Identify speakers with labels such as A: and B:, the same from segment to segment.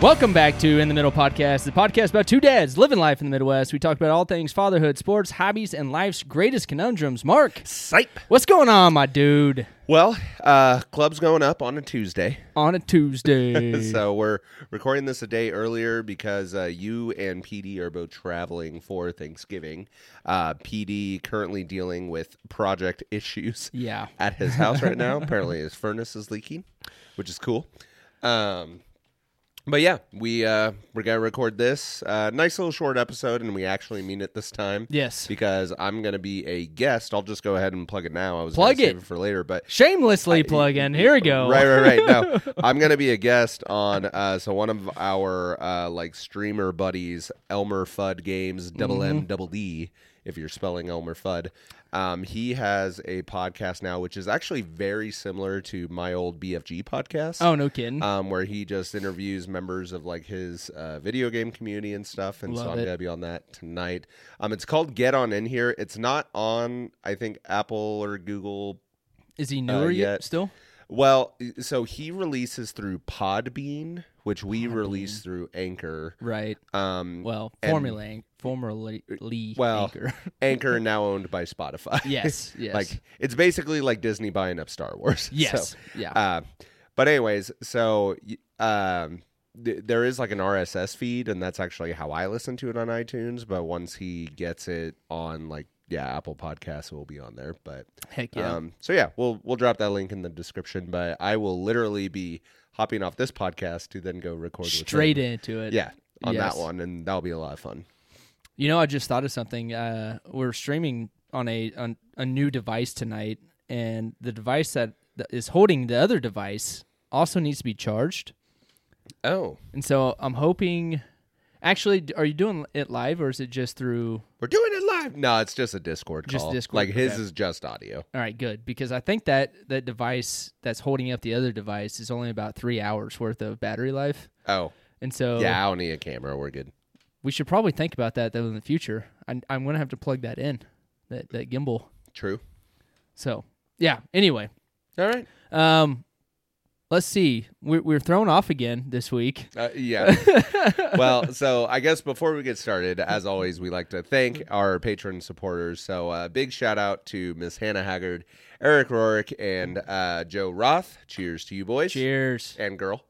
A: Welcome back to In the Middle Podcast, the podcast about two dads living life in the Midwest. We talk about all things fatherhood, sports, hobbies, and life's greatest conundrums. Mark,
B: Sipe.
A: what's going on, my dude?
B: Well, uh, club's going up on a Tuesday,
A: On a Tuesday.
B: so we're recording this a day earlier because uh, you and PD are both traveling for Thanksgiving. Uh, PD currently dealing with project issues
A: yeah.
B: at his house right now. Apparently, his furnace is leaking, which is cool. Um, but yeah, we uh, we're gonna record this uh, nice little short episode, and we actually mean it this time.
A: Yes.
B: because I'm gonna be a guest. I'll just go ahead and plug it now. I was
A: Plug
B: gonna save
A: it.
B: it for later, but
A: Shamelessly plug in. Here we go.
B: Right, right, right. No, I'm gonna be a guest on uh, so one of our uh, like streamer buddies, Elmer Fudd Games, double
A: Mm-hmm.
B: M, double D. If you're spelling Elmer Fudd, um, he has a podcast now, which is actually very similar to my old BFG podcast
A: Oh, no kidding.
B: um, where he just interviews members of like his uh, video game community and stuff. And
A: Love
B: so I'm
A: it.
B: gonna be on that tonight. Um, it's called Get On In Here. It's not on I think Apple or Google.
A: Is he newer yet?
B: uh, yet.
A: Still?
B: Well, so he releases through Podbean, which we release through Anchor.
A: Right.
B: Um,
A: Well,
B: And-
A: formulating. Formerly
B: Well,
A: anchor.
B: Anchor now owned by Spotify.
A: yes. Yes.
B: like it's basically like Disney buying up Star Wars. So,
A: yes. yeah.
B: Uh, but anyways, so y- um, th- there is like an RSS feed, and that's actually how I listen to it on iTunes. But once he gets it on like yeah, Apple Podcasts will be on there. But
A: Heck yeah.
B: um, so yeah, we'll we'll drop that link in the description. But I will literally be hopping off this podcast to then go record with him.
A: Straight into it.
B: Yeah, on
A: Yes.
B: that one, and that'll be a lot of fun.
A: You know, I just thought of something. Uh, we're streaming on a on a new device tonight, and the device that, that is holding the other device also needs to be charged.
B: Oh,
A: And so I'm hoping. Actually, d- are you doing it live or is it just through?
B: we're doing it live. No, it's just a Discord
A: Just
B: call.
A: Discord,
B: Like his
A: okay.
B: is just audio.
A: All right, good because I think that that device that's holding up the other device is only about three hours worth of battery life,
B: Oh,
A: and so
B: yeah, I don't need a camera. We're good.
A: we should probably think about that though in the future. I'm, I'm gonna have to plug that in, that that gimbal.
B: True.
A: So yeah. Anyway,
B: All right.
A: Um, let's see. We're, we're thrown off again this week.
B: Uh, yeah. well, so I guess before we get started, as always, we like to thank our patron supporters. So, uh, big shout out to Miss Hannah Haggard, Eric Rorick, and uh, Joe Roth. Cheers to you, boys
A: Cheers.
B: and girl.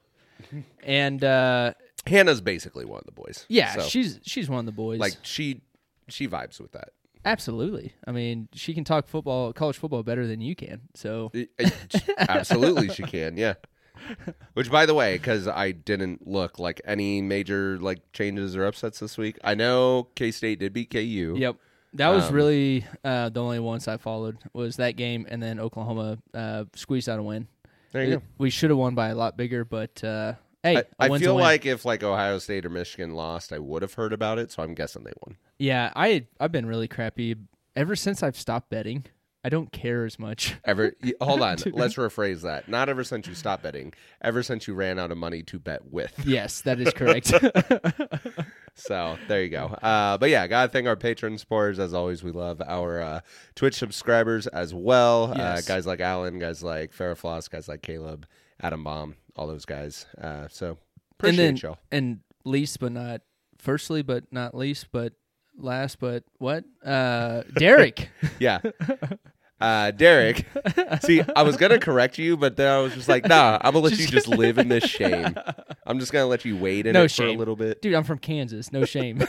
A: And uh,
B: Hannah's basically one of the boys.
A: yeah,
B: so,
A: she's she's one of the boys.
B: like she she vibes with that.
A: absolutely. I mean, she can talk football, college football, better than you can. So
B: Uh, uh, Absolutely, she can. Yeah. Which, by the way, because I didn't look like any major like changes or upsets this week. I know K State did beat KU.
A: yep. That was
B: Um,
A: really uh, the only ones I followed was that game, and then Oklahoma uh, squeezed out a win.
B: There you
A: It-
B: go.
A: We should have won by a lot bigger, but uh, hey,
B: I,
A: a
B: I
A: win's a
B: feel
A: win.
B: like if like Ohio State or Michigan lost, I would have heard about it. So I'm guessing they won.
A: yeah, I I've been really crappy ever since I've stopped betting. I don't care as much.
B: Ever y- hold on, let's rephrase that. Not ever since you stopped betting, ever since you ran out of money to bet with.
A: Yes, that is correct.
B: So there you go. Uh, but yeah, gotta thank our patron supporters as always. We love our uh, Twitch subscribers as well.
A: Yes.
B: Uh, guys like Alan, guys like Farrah Floss, guys like Caleb, Adam Baum, all those guys. Uh, so
A: and
B: appreciate
A: then
B: y'all.
A: and least but not firstly but not least but last but what uh derek
B: Yeah. Uh, Derek, see, I was gonna correct you, but then I was just like, "Nah, I'm gonna let you just live in this shame. I'm just gonna let you wade in
A: No
B: it for
A: shame.
B: a little bit."
A: dude i'm from kansas no shame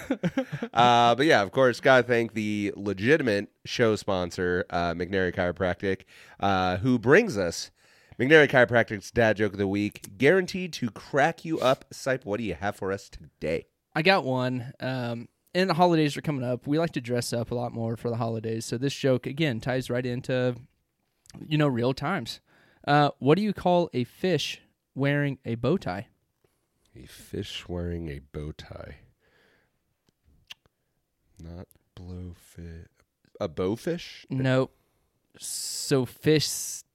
B: Uh, but yeah, of course, gotta thank the legitimate show sponsor, uh, McNary Chiropractic, uh, who brings us McNary Chiropractic's dad joke of the week, guaranteed to crack you up. Sipe, what do you have for us today?
A: i got one um and the holidays are coming up we like to dress up a lot more for the holidays so this joke again ties right into you know real times uh what do you call a fish wearing a bow tie
B: A fish wearing a bow tie, not blowfish, a bowfish.
A: no so sophisticated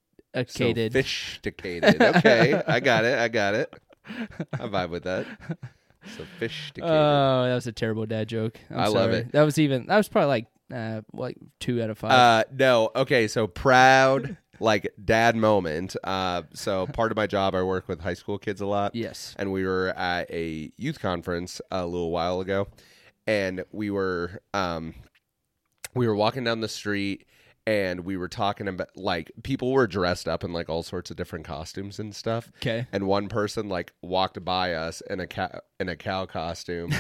B: So sophisticated. Okay, I got it. I got it. I vibe with that. Sophisticated. Uh,
A: Oh, that was a terrible dad joke. I'm
B: I love
A: sorry.
B: it. Uh,
A: That was even. That was probably like uh, like two out of five.
B: no. Okay, so proud, like dad moment. Uh, so part of my job, I work with high school kids a lot.
A: Yes.
B: And we were at a youth conference a little while ago, and we were um, we were walking down the street, and we were talking about like people were dressed up in like all sorts of different costumes and stuff.
A: Okay.
B: And one person like walked by us in a cow in a cow costume,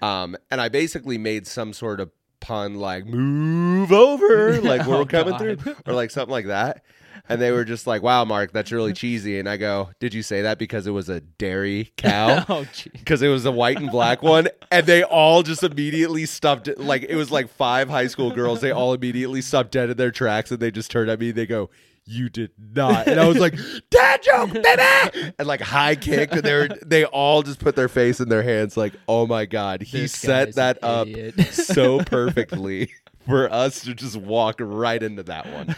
B: um, and I basically made some sort of pun like "move over," like we're
A: Oh,
B: coming
A: God.
B: through, or like something like that. And they were just like, "Wow, Mark, that's really cheesy." And I go, "Did you say that because it was a dairy cow?"
A: Oh, gee.
B: Because it was a white and black one, and they all just immediately stopped. Like it was like five high school girls. They all immediately stopped dead in their tracks, and they just turned at me. They go, "You did not," and I was like, "Dad joke, baby!" And like high kicked, and they were, they all just put their face in their hands, like, "Oh my god, he
A: This
B: set
A: guy's
B: that
A: an
B: up
A: idiot.
B: so perfectly for us to just walk right into that one."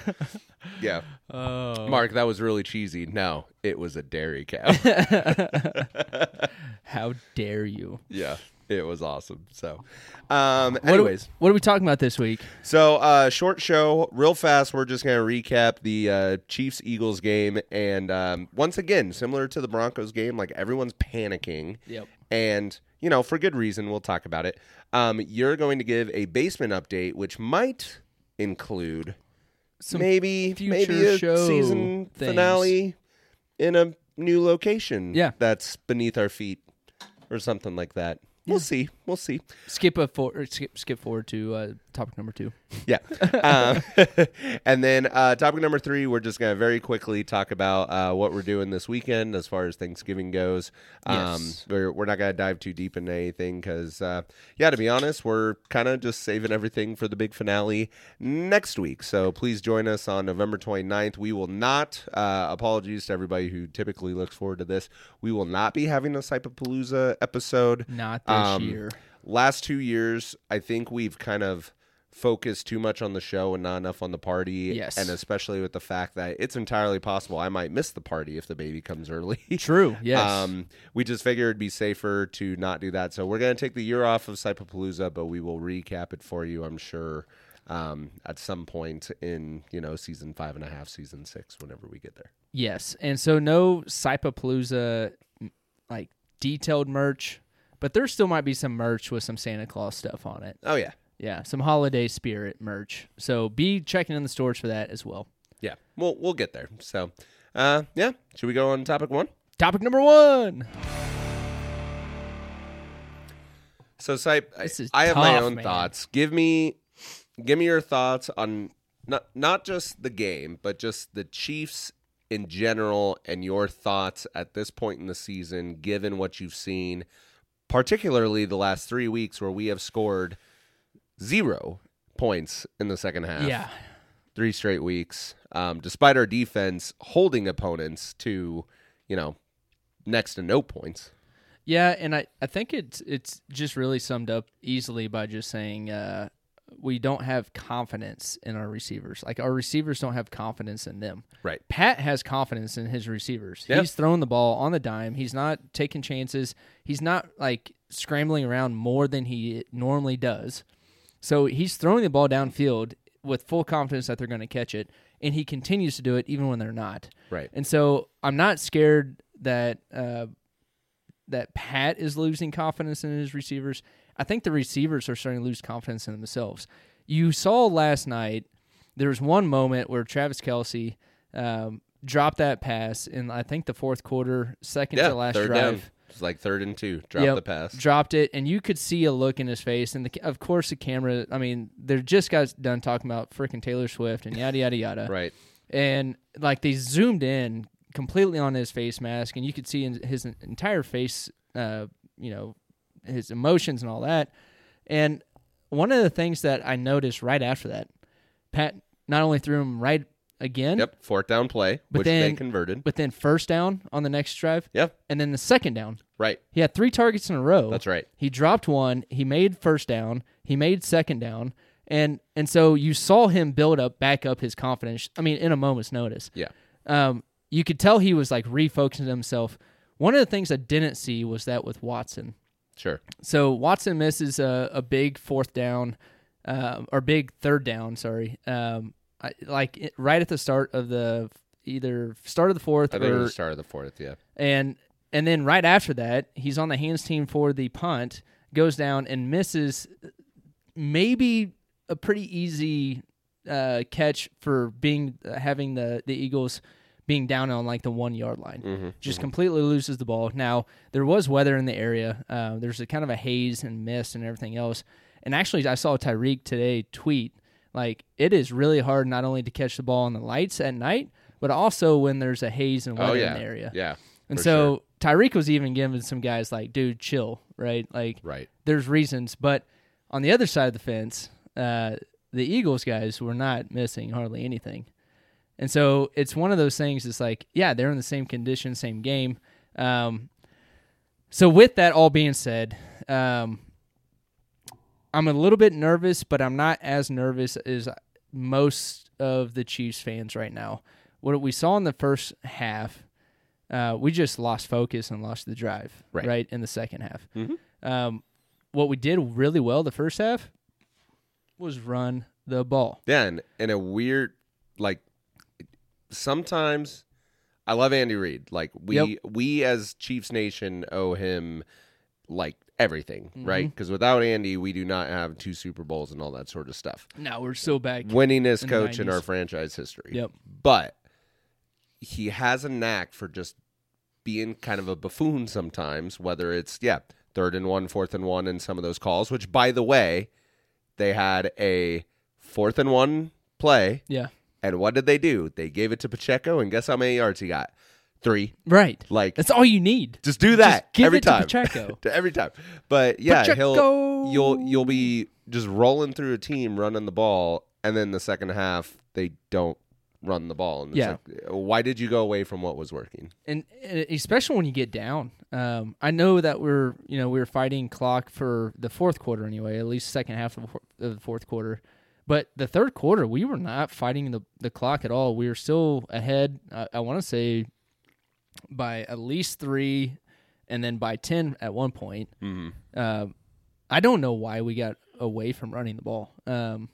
B: Yeah,
A: Oh.
B: Mark, that was really cheesy. No, it was a dairy cow.
A: How dare you?
B: yeah it was awesome so um
A: What are-
B: anyways
A: what are we talking about this week?
B: so uh short show real fast we're just gonna recap the uh chiefs eagles game and um once again similar to the broncos game like everyone's panicking
A: Yep.
B: and you know for good reason we'll talk about it um you're going to give a basement update which might include
A: Some
B: maybe
A: future
B: maybe a
A: show
B: season
A: things.
B: finale in a new location
A: Yeah.
B: that's beneath our feet or something like that we'll see we'll see
A: Skip a for, or skip skip forward to uh, topic number two.
B: Yeah. Um, and then uh, topic number three, we're just going to very quickly talk about uh, what we're doing this weekend as far as Thanksgiving goes. Um,
A: Yes.
B: we're, we're not going to dive too deep into anything because, uh, yeah, to be honest, we're kind of just saving everything for the big finale next week. So please join us on November 29th. We will not, uh, apologies to everybody who typically looks forward to this, we will not be having a Cypapalooza episode
A: Not this
B: Um,
A: year.
B: last two years, I think we've kind of focused too much on the show and not enough on the party.
A: Yes.
B: And especially with the fact that it's entirely possible I might miss the party if the baby comes early.
A: True. Yes.
B: Um, we just figured it'd be safer to not do that. So we're going to take the year off of Cypapalooza, but we will recap it for you, I'm sure, um, at some point in, you know, season five and a half, season six, whenever we get there.
A: yes. And so no Cypapalooza m- like detailed merch, but there still might be some merch with some Santa Claus stuff on it.
B: Oh, yeah.
A: Yeah, some holiday spirit merch. So be checking in the stores for that as well.
B: Yeah. We'll, we'll get there. So, uh, yeah. Should we go on topic one?
A: Topic number one.
B: So, Sype, I,
A: This is
B: I have my
A: tough,
B: own
A: man.
B: thoughts. Give me, give me your thoughts on not not just the game, but just the Chiefs in general, and your thoughts at this point in the season, given what you've seen, particularly the last three weeks where we have scored zero points in the second half.
A: Yeah.
B: three straight weeks, um, despite our defense holding opponents to, you know, next to no points.
A: Yeah, and I, I think it's it's just really summed up easily by just saying uh, we don't have confidence in our receivers. Like our receivers don't have confidence in them.
B: Right.
A: Pat has confidence in his receivers.
B: Yep.
A: He's throwing the ball on the dime. He's not taking chances. He's not like scrambling around more than he normally does. So he's throwing the ball downfield with full confidence that they're going to catch it, and he continues to do it even when they're not.
B: Right.
A: And so I'm not scared that uh, that Pat is losing confidence in his receivers. I think the receivers are starting to lose confidence in themselves. You saw last night there was one moment where Travis Kelsey um, dropped that pass in I think the fourth quarter, second to last
B: third
A: drive.
B: down. It's like third and two. Drop
A: Yep.
B: the pass.
A: Dropped it, and you could see a look in his face. And the, of course, the camera. I mean, they just got done talking about freaking Taylor Swift and yada yada yada.
B: Right.
A: and like they zoomed in completely on his face mask and you could see in his entire face uh, you know his emotions and all that and one of the things that i noticed right after that pat not only threw him right again
B: Yep. Fourth down play,
A: But
B: which they
A: then-
B: converted.
A: but then first down on the next drive
B: Yep.
A: and then the second down
B: Right.
A: he had three targets in a row
B: That's right.
A: he dropped one. He made first down. He made second down. And and so you saw him build up, back up his confidence. I mean, in a moment's notice.
B: Yeah.
A: Um, you could tell he was like refocusing himself. One of the things I didn't see was that with Watson.
B: Sure.
A: So Watson misses a, a big fourth down, uh, or big third down. Sorry. Um, I, like it, right at the start of the either start of the fourth
B: I think it
A: or
B: was the start of the fourth. Yeah.
A: and and then right after that, he's on the hands team for the punt, goes down and misses maybe a pretty easy uh, catch for being uh, having the the Eagles being down on like the one yard line.
B: Mm-hmm,
A: Just completely loses the ball. Now there was weather in the area. Uh, there's a kind of a haze and mist and everything else. And actually, I saw Tyreek today tweet like it is really hard not only to catch the ball in the lights at night, but also when there's a haze and weather
B: Oh yeah.
A: in the area.
B: Yeah.
A: And
B: for sure.
A: so Tyreek was even giving some guys like, dude, chill, right? Like,
B: right.
A: there's reasons. But on the other side of the fence, uh, the Eagles guys were not missing hardly anything. And so it's one of those things. It's like, yeah, they're in the same condition, same game. Um, so with that all being said, um, I'm a little bit nervous, but I'm not as nervous as most of the Chiefs fans right now. What we saw in the first half, uh, we just lost focus and lost the drive,
B: Right.
A: in the second half. Um, what we did really well the first half was run the ball.
B: Then in a weird like sometimes I love Andy Reid. Like we
A: Yep.
B: we as Chiefs Nation owe him like everything, right?
A: Mm-hmm.
B: Because without Andy, we do not have two Super Bowls and all that sort of stuff.
A: Now we're so back.
B: Winningest
A: in the
B: coach in
A: 90s.
B: our franchise history.
A: Yep.
B: But he has a knack for just being kind of a buffoon sometimes, whether it's, yeah, third and one, fourth and one, and some of those calls, which, by the way, they had a fourth and one play.
A: Yeah.
B: And what did they do? They gave it to Pacheco, and guess how many yards he got? Three.
A: Right.
B: Like,
A: That's all you need.
B: just do that
A: give
B: every
A: it to
B: time.
A: Pacheco.
B: To every time. But yeah,
A: Pacheco.
B: he'll you'll you'll be just rolling through a team running the ball, and then the second half they don't run the ball. And it's
A: Yeah.
B: like, why did you go away from what was working?
A: and, and especially when you get down. Um, I know that we're you know we were fighting clock for the fourth quarter anyway, at least second half of the four- of the fourth quarter. But the third quarter, we were not fighting the, the clock at all. We were still ahead. I, I want to say by at least three, and then by ten at one point. Um, I don't know why we got away from running the ball. Um,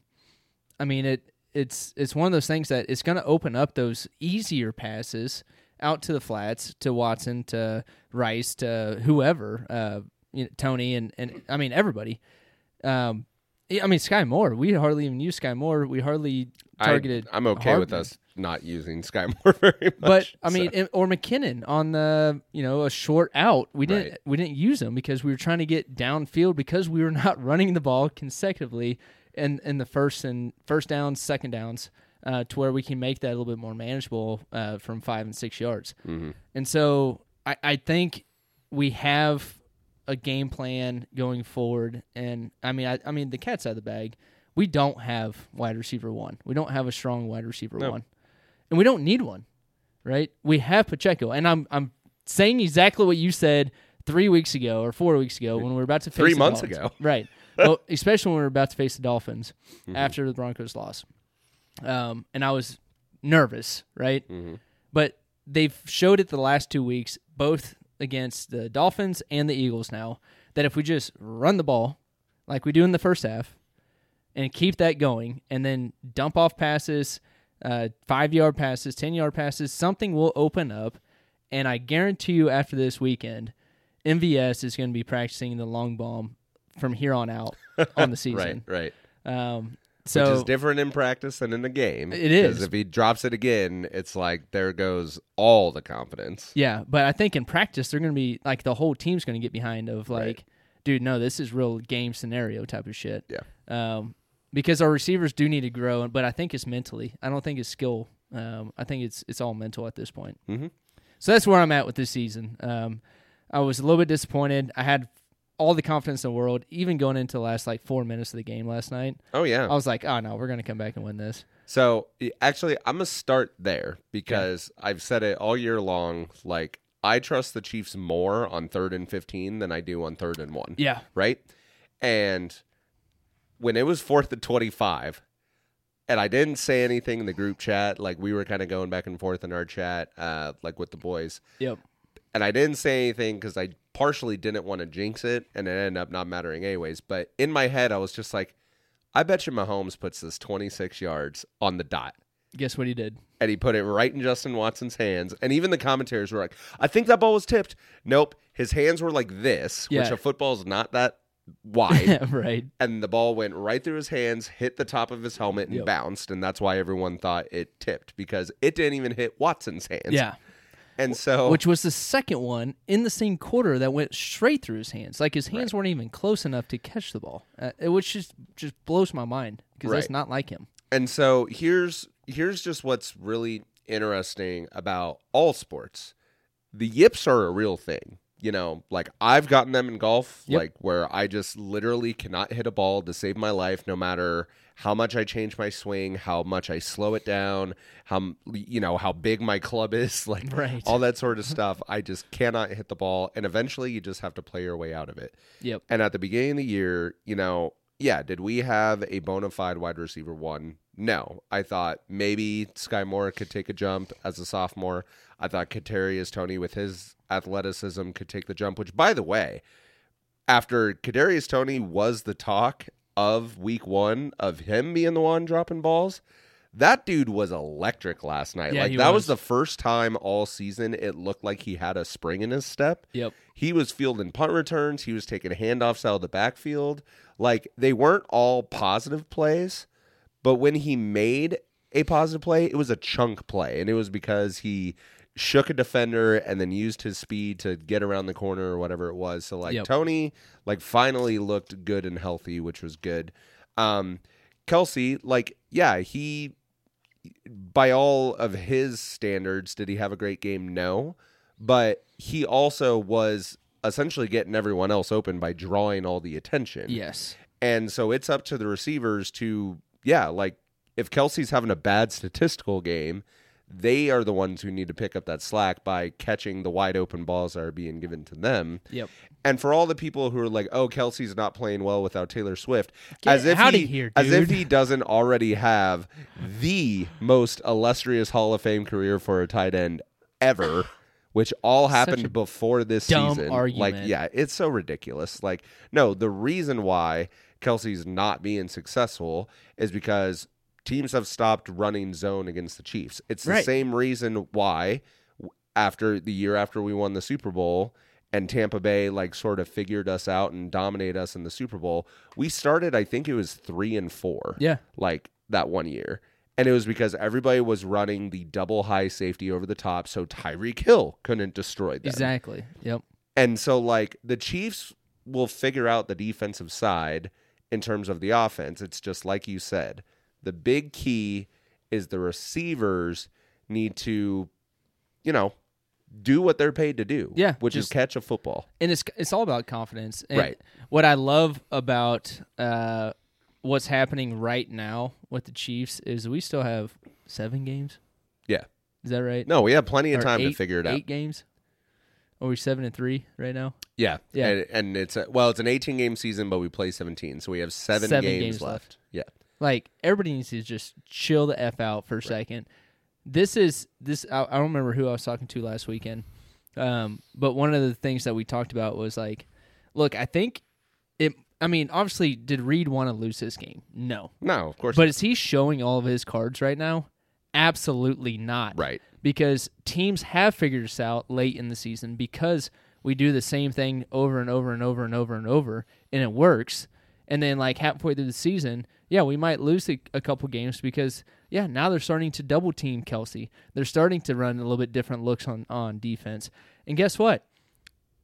A: I mean it it's it's one of those things that it's going to open up those easier passes out to the flats to Watson to Rice to whoever uh, you know, Tony and and I mean everybody. Um, yeah, I mean Sky Moore. We hardly even used Sky Moore. We hardly targeted.
B: I, am okay with
A: Hardman.
B: us not using Sky Moore very much.
A: But I
B: so-
A: mean, and- or McKinnon on the you know a short out. We didn't
B: Right.
A: we didn't use him because we were trying to get downfield because we were not running the ball consecutively in in the first and first downs, second downs, uh, to where we can make that a little bit more manageable uh, from five and six yards.
B: Mm-hmm.
A: And so I, I think we have a game plan going forward. And I mean, I, I mean, the cat's out of the bag. We don't have wide receiver one. We don't have a strong wide receiver one, and we don't need one, right? We have Pacheco, and I'm I'm saying exactly what you said three weeks ago or four weeks ago when we were about to face
B: Three
A: the
B: months
A: Dolphins.
B: ago.
A: right? well, especially when we were about to face the Dolphins
B: Mm-hmm.
A: after the Broncos loss, um, and I was nervous, right? but they've showed it the last two weeks, both against the Dolphins and the Eagles now, that if we just run the ball like we do in the first half and keep that going and then dump off passes, uh, five yard passes, 10 yard passes, something will open up. And I guarantee you, after this weekend, MVS is going to be practicing the long bomb from here on out on the
B: right,
A: season.
B: right.
A: Um, so
B: Which is different in practice than in the game.
A: It
B: 'cause
A: is.
B: If he drops it again, it's like there goes all the confidence.
A: Yeah, but I think in practice they're going to be like the whole team's going to get behind of like, dude, no, this is real game scenario type of shit.
B: Yeah.
A: Um, because our receivers do need to grow, but I think it's mentally. I don't think it's skill. Um, I think it's it's all mental at this point. Mm-hmm. So that's where I'm at with this season. Um, I was a little bit disappointed. I had all the confidence in the world, even going into the last like four minutes of the game last night.
B: Oh yeah.
A: I was like, oh no, we're going to come back and win this.
B: So y- actually, I'm gonna start there because I've said it all year long. Like I trust the Chiefs more on third and fifteen than I do on third and one.
A: Yeah.
B: Right. And when it was fourth and twenty-five, and I didn't say anything in the group chat. Like we were kind of going back and forth in our chat, uh, like with the boys.
A: Yep.
B: And I didn't say anything because I partially didn't want to jinx it, and it ended up not mattering anyways. But in my head, I was just like, I bet you Mahomes puts this twenty-six yards on the dot
A: Guess what he did?
B: and he put it right in Justin Watson's hands. And even the commentators were like, I think that ball was tipped. Nope. His hands were like this, which
A: Yeah.
B: a football's not that wide.
A: right.
B: and the ball went right through his hands, hit the top of his helmet, and
A: Yep.
B: bounced. And that's why everyone thought it tipped because it didn't even hit Watson's hands.
A: Yeah.
B: And so,
A: Which was the second one in the same quarter that went straight through his hands. Like his hands weren't even close enough to catch the ball, uh, it- which just just blows my mind because that's
B: Right.
A: not like him.
B: and so here's here's just what's really interesting about all sports. The yips are a real thing. You know, like I've gotten them in golf,
A: Yep.
B: like where I just literally cannot hit a ball to save my life, no matter how much I change my swing, how much I slow it down, how m- you know how big my club is, like
A: Right.
B: all that sort of stuff. I just cannot hit the ball, and eventually you just have to play your way out of it.
A: Yep.
B: And at the beginning of the year, you know, yeah, did we have a bona fide wide receiver one? No. I thought maybe Sky Moore could take a jump as a sophomore. I thought Kadarius Tony with his athleticism could take the jump, which by the way, after Kadarius Tony was the talk of week one of him being the one dropping balls, that dude was electric last night.
A: Yeah,
B: like
A: he
B: that was
A: was.
B: the first time all season it looked like he had a spring in his step.
A: Yep.
B: He was fielding punt returns. He was taking handoffs out of the backfield. Like they weren't all positive plays, but when he made a positive play, it was a chunk play, and it was because he shook a defender and then used his speed to get around the corner or whatever it was. So like
A: Yep.
B: Tony, like finally looked good and healthy, which was good. Um, Kelsey, like yeah, he by all of his standards, did he have a great game? No. But he also was essentially getting everyone else open by drawing all the attention.
A: Yes.
B: And so it's up to the receivers to, yeah, like if Kelsey's having a bad statistical game, they are the ones who need to pick up that slack by catching the wide open balls that are being given to them.
A: Yep.
B: And for all the people who are like, "Oh, Kelsey's not playing well without Taylor Swift,"
A: Get
B: as if
A: outta
B: he,
A: here,
B: as if
A: dude.
B: he doesn't already have the most illustrious Hall of Fame career for a tight end ever, which all
A: a
B: happened before this
A: dumb
B: season. Like,
A: argument.
B: yeah, it's so ridiculous. Like, no, the reason why Kelsey's not being successful is because teams have stopped running zone against the Chiefs. It's the
A: Right.
B: same reason why w- after the year after we won the Super Bowl and Tampa Bay like sort of figured us out and dominate us in the Super Bowl, we started I think it was 3 and 4
A: Yeah.
B: like that one year. And it was because everybody was running the double high safety over the top so Tyreek Hill couldn't destroy them.
A: Exactly. Yep.
B: And so, like, the Chiefs will figure out the defensive side in terms of the offense. It's just like you said, the big key is the receivers need to, you know, do what they're paid to do.
A: Yeah,
B: Which is
A: just-
B: catch a football.
A: and it's it's all about confidence. And
B: Right.
A: What I love about uh, what's happening right now with the Chiefs is we still have seven games.
B: Yeah.
A: Is that right?
B: No, we have plenty of
A: Or
B: time to
A: eight-
B: figure it out.
A: Eight games. Are we seven and three right now?
B: Yeah.
A: Yeah.
B: And, and it's, a, well, it's an 18 game season, but we play 17. So we have seven,
A: Seven
B: games,
A: games
B: left.
A: left.
B: Yeah.
A: Like everybody needs to just chill the f out for a second. This is this. I, I don't remember who I was talking to last weekend, um, but one of the things that we talked about was like, look, I think it. I mean, obviously, did Reed want to lose this game? No,
B: No, of course.
A: But is he showing all of his cards right now? Absolutely not.
B: Right.
A: Because teams have figured this out late in the season because we do the same thing over and over and over and over and over, and it works. And then, like halfway through the season, yeah, we might lose a, a couple games because, yeah, now they're starting to double team Kelsey. They're starting to run a little bit different looks on, on defense. And guess what?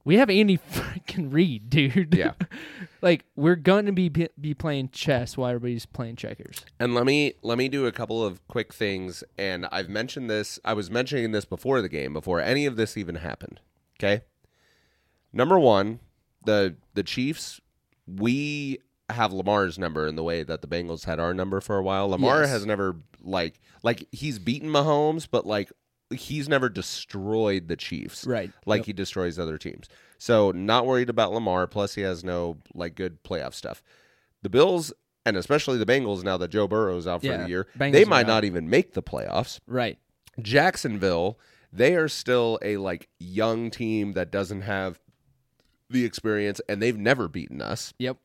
A: We have Andy freaking Reid, dude.
B: Yeah.
A: like we're going to be be playing chess while everybody's playing checkers.
B: And let me let me do a couple of quick things. And I've mentioned this. I was mentioning this before the game, before any of this even happened. Okay. Number one, the the Chiefs. We have Lamar's number in the way that the Bengals had our number for a while. Lamar
A: Yes.
B: has never like like he's beaten Mahomes, but like he's never destroyed the Chiefs
A: Right.
B: like he destroys other teams. So not worried about Lamar. Plus he has no like good playoff stuff. The Bills and especially the Bengals now that Joe Burrow's out for
A: Yeah,
B: the year,
A: Bengals
B: they
A: are
B: might
A: out.
B: not even make the playoffs.
A: Right.
B: Jacksonville, they are still a like young team that doesn't have the experience and they've never beaten us.
A: Yep.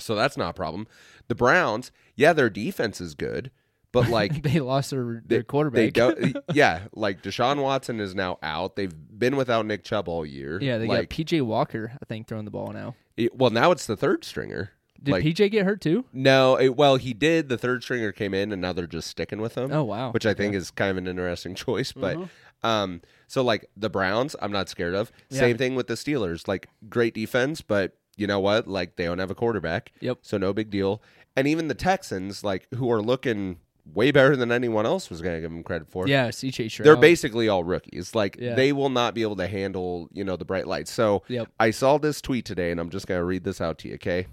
B: So that's not a problem. The Browns, yeah, their defense is good, But like
A: they lost their,
B: they-
A: their quarterback.
B: They don't. Yeah, like Deshaun Watson is now out. They've been without Nick Chubb all year.
A: yeah, they
B: like,
A: got PJ Walker, I think, throwing the ball now.
B: it- well, now it's the third stringer.
A: Did
B: like,
A: PJ get hurt too?
B: no, it, well, he did. The third stringer came in, and now they're just sticking with him.
A: Oh wow.
B: which I think is kind of an interesting choice. But um, so like the Browns, I'm not scared of.
A: Yeah.
B: Same thing with the Steelers. Like great defense, but you know what? Like they don't have a quarterback.
A: Yep.
B: So no big deal. And even the Texans, like who are looking way better than anyone else was going to give them credit for.
A: yeah, CJ Stroud.
B: They're basically all rookies. Like
A: Yeah.
B: they will not be able to handle, you know, the bright lights. So
A: Yep.
B: I saw this tweet today and I'm just going to read this out to you, okay?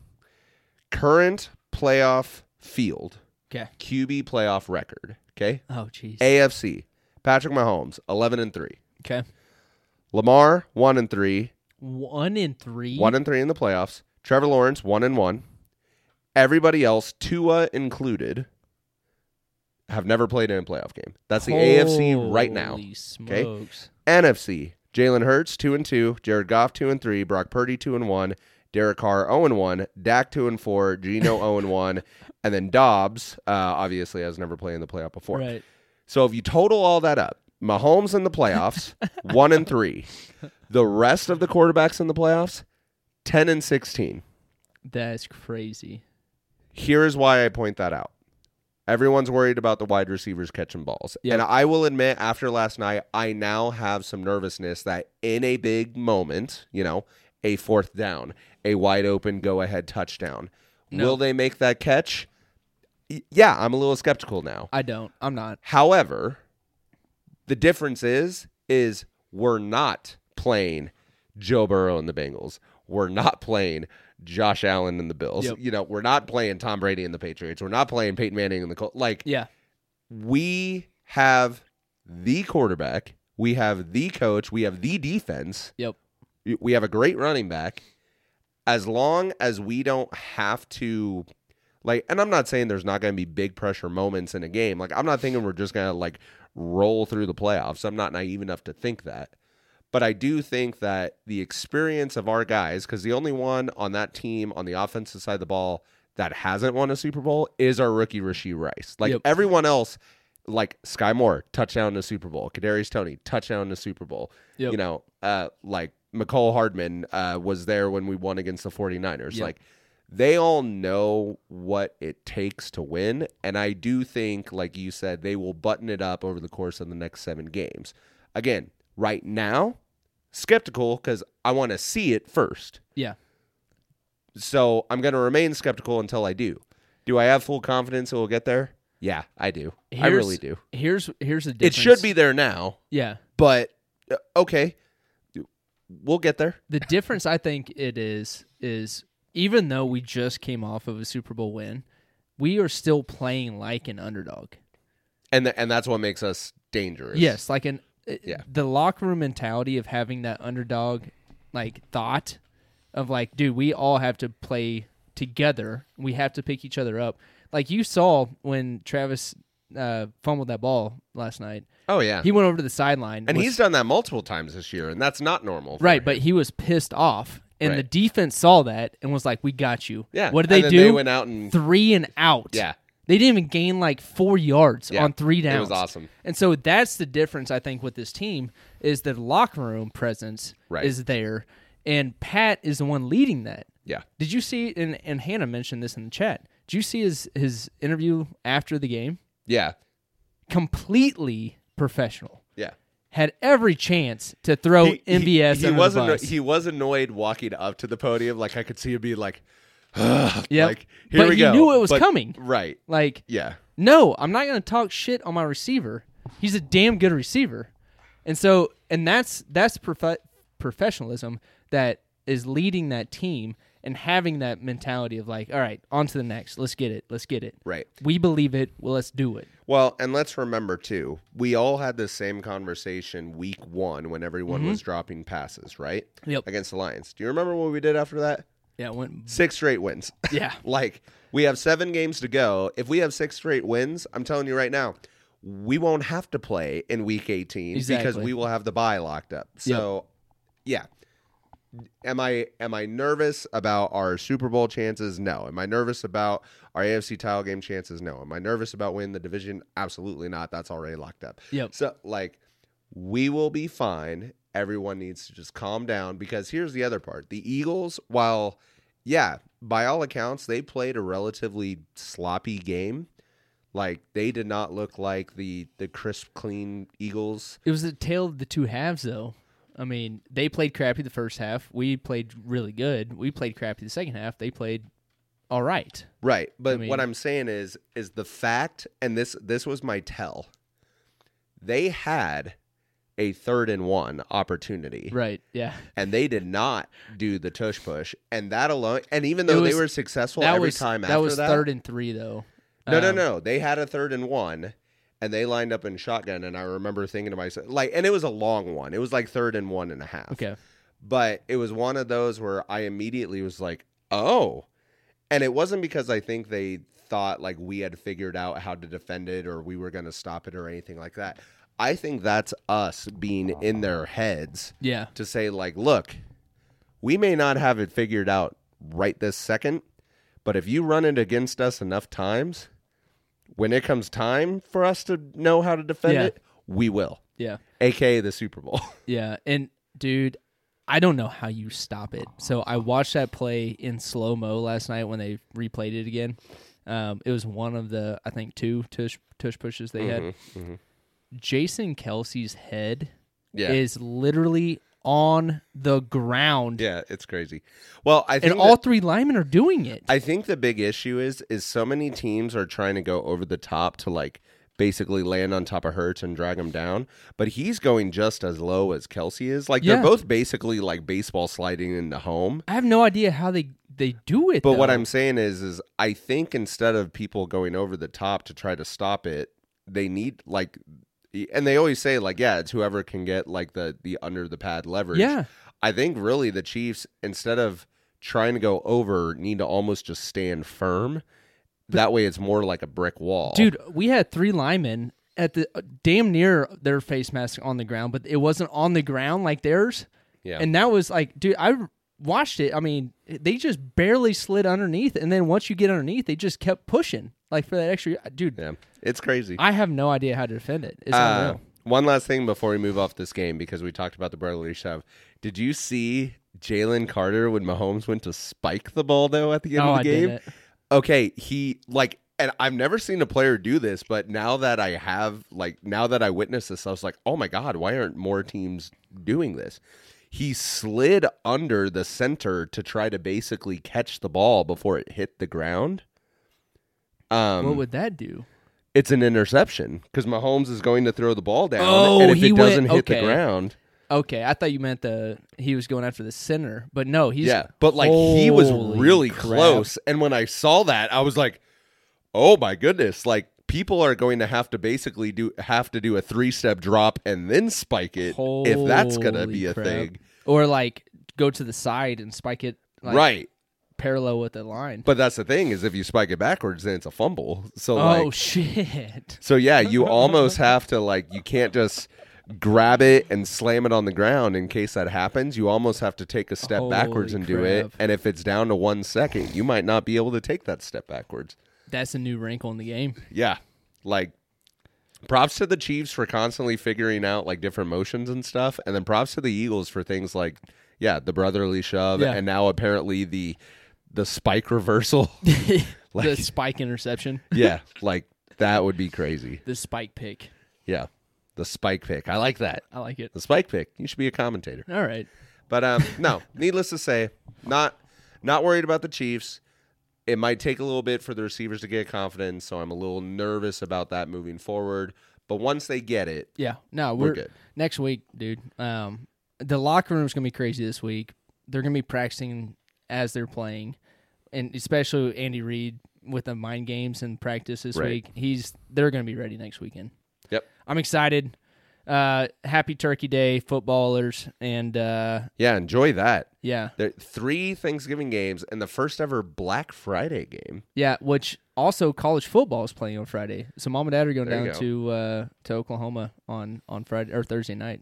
B: Current playoff field,
A: Okay.
B: QB playoff record, okay?
A: Oh jeez.
B: AFC. Patrick Mahomes, eleven and three.
A: Okay.
B: Lamar, one and three.
A: One in three.
B: One and three in the playoffs. Trevor Lawrence, one and one. Everybody else, Tua included, have never played in a playoff game. That's the AFC right now.
A: Holy smokes.
B: NFC. Jalen Hurts, two and two. Jared Goff, two and three. Brock Purdy, two and one. Derek Carr, zero and one. Dak, two and four. Geno, zero and one. And then Dobbs, uh, obviously, has never played in the playoff before.
A: Right.
B: So if you total all that up, Mahomes in the playoffs, one and three. The rest of the quarterbacks in the playoffs, ten and sixteen.
A: That's crazy.
B: Here is why I point that out. Everyone's worried about the wide receivers catching balls.
A: Yeah.
B: And I will admit, after last night, I now have some nervousness that in a big moment, you know, a fourth down, a wide open go ahead touchdown,
A: No.
B: will they make that catch? Y- Yeah, I'm a little skeptical now.
A: I don't. I'm not.
B: However, the difference is is we're not playing Joe Burrow and the Bengals. We're not playing Josh Allen and the Bills.
A: Yep.
B: You know, we're not playing Tom Brady and the Patriots. We're not playing Peyton Manning and the Colts. Like
A: Yeah.
B: we have the quarterback, we have the coach, we have the defense.
A: Yep.
B: We have a great running back. As long as we don't have to like and I'm not saying there's not going to be big pressure moments in a game. Like I'm not thinking we're just going to like roll through the playoffs. I'm not naive enough to think that. But I do think that the experience of our guys cuz the only one on that team on the offensive side of the ball that hasn't won a Super Bowl is our rookie Rasheed Rice. Like
A: Yep.
B: everyone else like Sky Moore, touchdown in the Super Bowl. Kadarius Tony, touchdown in the Super Bowl
A: Yep.
B: you know, uh, like McCole Hardman uh, was there when we won against the 49ers.
A: Yeah.
B: Like, they all know what it takes to win. And I do think, like you said, they will button it up over the course of the next seven games. Again, right now, skeptical because I want to see it first.
A: Yeah.
B: So I'm going to remain skeptical until I do. Do I have full confidence it will get there? Yeah, I do. I
A: Here's
B: really do.
A: Here's here's the difference.
B: It should be there now,
A: Yeah.
B: but uh, okay. We'll get there.
A: The difference I think it is is even though we just came off of a Super Bowl win, we are still playing like an underdog.
B: and th- and that's what makes us dangerous.
A: Yes, like an uh,
B: Yeah.
A: the locker room mentality of having that underdog like thought of like, dude, we all have to play together. We have to pick each other up. Like you saw when Travis uh, fumbled that ball last night.
B: Oh yeah.
A: He went over to the sideline
B: and
A: was-
B: he's done that multiple times this year, and that's not normal. for
A: right,
B: him.
A: but he was pissed off, and
B: Right.
A: the defense saw that and was like, "We got you."
B: yeah.
A: What did
B: and
A: they
B: then
A: do?
B: They went out and
A: three and out.
B: yeah,
A: They didn't even gain like four yards
B: Yeah.
A: on three downs.
B: it was awesome.
A: And so that's the difference I think with this team is the locker room presence
B: Right.
A: is there, and Pat is the one leading that.
B: Yeah.
A: Did you see? And, and Hannah mentioned this in the chat. Did you see his his interview after the game?
B: Yeah.
A: Completely professional.
B: Yeah.
A: Had every chance to throw
B: He- he-
A: MVS.
B: He,
A: under
B: was
A: the
B: anno-
A: bus.
B: he was annoyed walking up to the podium. Like I could see him be like,
A: Yep.
B: like here
A: But
B: we
A: he
B: go.
A: knew it was coming.
B: Right.
A: like
B: Yeah.
A: No, I'm not going to talk shit on my receiver. He's a damn good receiver. And so, and that's that's prof- professionalism that is leading that team and having that mentality of like, all right, on to the next. Let's get it. Let's get it.
B: Right.
A: We believe it. Well, let's do it.
B: Well, and let's remember too, we all had the same conversation week one when everyone was dropping passes, right?
A: Mm-hmm. Yep.
B: Against the Lions. Do you remember what we did after that?
A: Yeah. it Went,
B: Six straight wins.
A: yeah.
B: Like we have seven games to go. If we have six straight wins, I'm telling you right now, we won't have to play in week 18 because
A: Exactly.
B: we will have the bye locked up. So, yeah, am I am I nervous about our Super Bowl chances? No. Am I nervous about our AFC title game chances? No. Am I nervous about winning the division? Absolutely not. That's already locked up.
A: Yep.
B: So like we will be fine. Everyone needs to just calm down because here's the other part. The Eagles, while yeah, by all accounts, they played a relatively sloppy game. Like they did not look like the the crisp, clean Eagles.
A: It was the tale of the two halves, though. I mean, they played crappy the first half. We played really good. We played crappy the second half. They played all right.
B: Right. But
A: mean-
B: what I'm saying is is the fact and this this was my tell. They had a third and one opportunity.
A: Right. Yeah.
B: And they did not do the tush push. And that alone and even though they
A: was-
B: were successful every
A: was
B: time
A: that
B: after
A: was
B: that.
A: third and three though.
B: no, no,
A: Um,
B: no. They had a third and one and they lined up in shotgun and I remember thinking to myself like and it was a long one. It was like third and one and a half
A: Okay.
B: but it was one of those where I immediately was like, "Oh." And it wasn't because I think they thought like we had figured out how to defend it or we were going to stop it or anything like that. I think that's us being in their heads
A: Yeah.
B: to say like, "Look, we may not have it figured out right this second, but if you run it against us enough times, when it comes time for us to know how to defend
A: Yeah.
B: it, we will."
A: Yeah.
B: AKA the Super Bowl.
A: Yeah. And dude, I don't know how you stop it. So I watched that play in slow mo last night when they replayed it again. Um, it was one of the I think two tush tush pushes they had.
B: Mm-hmm,
A: Jason Kelsey's head
B: yeah.
A: is literally on the ground,
B: Yeah, it's crazy. Well, I think
A: and
B: the-
A: all three linemen are doing it.
B: I think the big issue is is so many teams are trying to go over the top to like basically land on top of Hurts and drag him down, but he's going just as low as Kelsey is. Like
A: Yeah.
B: they're both basically like baseball sliding into home.
A: I have no idea how they they do it.
B: But what
A: though.
B: I'm saying is is I think instead of people going over the top to try to stop it, they need like and they always say like yeah, it's whoever can get like the the under the pad leverage.
A: yeah,
B: I think really the Chiefs, instead of trying to go over, need to almost just stand firm. that way, it's more like a brick wall,
A: dude, we had three linemen at the uh, damn near their face mask on the ground, but it wasn't on the ground like theirs.
B: Yeah.
A: and that was like, dude, I watched it. I mean, they just barely slid underneath, and then once you get underneath, they just kept pushing like for that extra. uh, Dude,
B: Yeah, it's crazy.
A: I have no idea how to defend it. It's
B: Uh,
A: unreal.
B: one last thing before we move off this game, because we talked about the brotherly shove. Did you see Jalen Carter when Mahomes went to spike the ball though at the end
A: Oh,
B: of the
A: I
B: game?
A: didn't.
B: Okay, he like. And I've never seen a player do this, but now that I have, like, now that I witnessed this, I was like, oh my God, why aren't more teams doing this? He slid under the center to try to basically catch the ball before it hit the ground. Um,
A: What would that do?
B: it's an interception because Mahomes is going to throw the ball down,
A: Oh,
B: and if
A: he
B: it
A: went-
B: doesn't hit
A: okay.
B: the ground,
A: Okay, I thought you meant the he was going after the center, but no, he's
B: yeah. But like he was
A: Holy
B: really
A: crap.
B: close, and when I saw that, I was like, "Oh my goodness!" Like people are going to have to basically do have to do a three step drop and then spike it if that's going to
A: Holy
B: be a
A: crap.
B: thing,
A: or like go to the side and spike it like,
B: right?
A: parallel with the line.
B: But that's the thing is if you spike it backwards, then it's a fumble. So
A: oh
B: like,
A: shit!
B: so yeah, you almost have to like you can't just. Grab it and slam it on the ground in case that happens. You almost have to take a step
A: Holy
B: backwards and do it.
A: crap.
B: And if it's down to one second, you might not be able to take that step backwards.
A: That's a new wrinkle in the game.
B: Yeah. Like props to the Chiefs for constantly figuring out like different motions and stuff and then props to the Eagles for things like yeah, the brotherly shove
A: Yeah.
B: and now apparently the the spike reversal.
A: the spike interception,
B: yeah, like that would be crazy.
A: the spike pick.
B: Yeah. The spike pick. I like that.
A: I like it.
B: The spike pick. You should be a commentator.
A: All right.
B: But um no, needless to say, not not worried about the Chiefs. It might take a little bit for the receivers to get confidence, so I'm a little nervous about that moving forward. But once they get it,
A: Yeah. No,
B: We're
A: we're,
B: good.
A: next week, dude. Um, the locker room's gonna be crazy this week. They're gonna be practicing as they're playing, and especially Andy Reid with the mind games and practice this
B: Right.
A: week. He's they're gonna be ready next weekend.
B: Yep.
A: I'm excited. Uh, happy Turkey Day, footballers, and uh,
B: Yeah, enjoy that.
A: yeah,
B: There three Thanksgiving games and the first ever Black Friday game.
A: yeah. Which also college football is playing on Friday, so mom and dad are going
B: There you
A: down to uh, to Oklahoma on on Friday or Thursday night.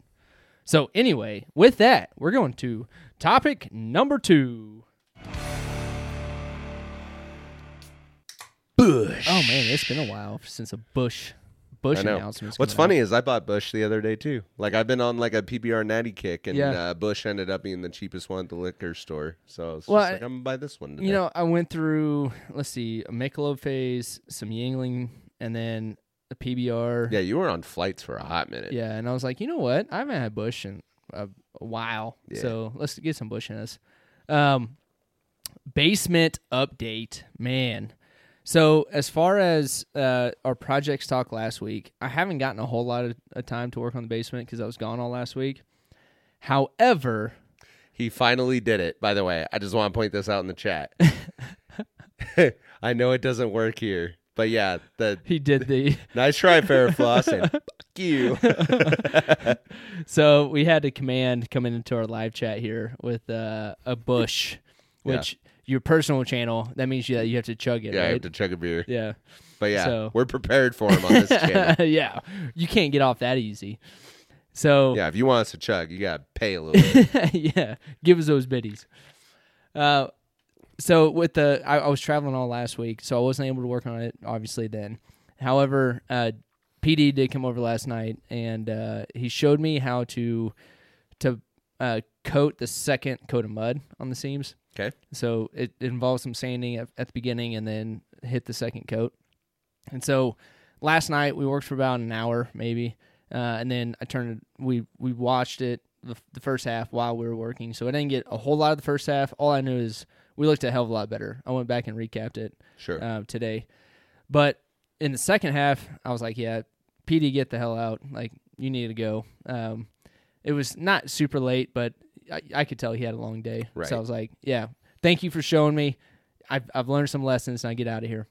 A: So, anyway, with that, we're going to topic number two.
B: Bush.
A: Oh, man, it's been a while since a Bush Bush
B: I know.
A: announcement.
B: What's funny is I bought Bush the other day too. Like I've been on like a PBR natty kick, and
A: Yeah.
B: uh, Bush ended up being the cheapest one at the liquor store. So I was
A: Well,
B: just like, I'm gonna buy this one. Today.
A: You know, I went through, let's see, a Michelob phase, some Yingling, and then a PBR.
B: yeah, you were on flights for a hot minute.
A: Yeah, and I was like, you know what? I haven't had Bush in a, a while,
B: Yeah.
A: so let's get some Bush in us. Um, basement update, man. So as far as uh, our projects talk last week, I haven't gotten a whole lot of, of time to work on the basement because I was gone all last week. However,
B: He finally did it. By the way, I just want to point this out in the chat. I know it doesn't work here, but yeah, the
A: he did the
B: nice try, Farrah and fuck you.
A: so we had a command coming into our live chat here with uh, a bush,
B: Yeah.
A: which your personal channel. That means you you have to chug it,
B: yeah, I
A: right?
B: have to chug a beer.
A: yeah.
B: But yeah,
A: So-
B: we're prepared for him on this channel.
A: yeah, you can't get off that easy. So
B: Yeah, if you want us to chug, you gotta pay a little. bit.
A: yeah, give us those biddies. Uh, so with the, I, I was traveling all last week, so I wasn't able to work on it obviously then. However, uh, PD did come over last night, and uh, he showed me how to to uh, coat the second coat of mud on the seams.
B: Okay.
A: So it, it involves some sanding at, at the beginning, and then hit the second coat. And so last night we worked for about an hour maybe uh, and then i turned it- we we watched it the, the first half while we were working so i didn't get a whole lot of the first half all i knew is we looked a hell of a lot better i went back and recapped it
B: Sure.
A: uh, today but in the second half i was like yeah pd get the hell out like you need to go um, it was not super late but I, I could tell he had a long day
B: Right.
A: so i was like yeah thank you for showing me i've, I've learned some lessons and i get out of here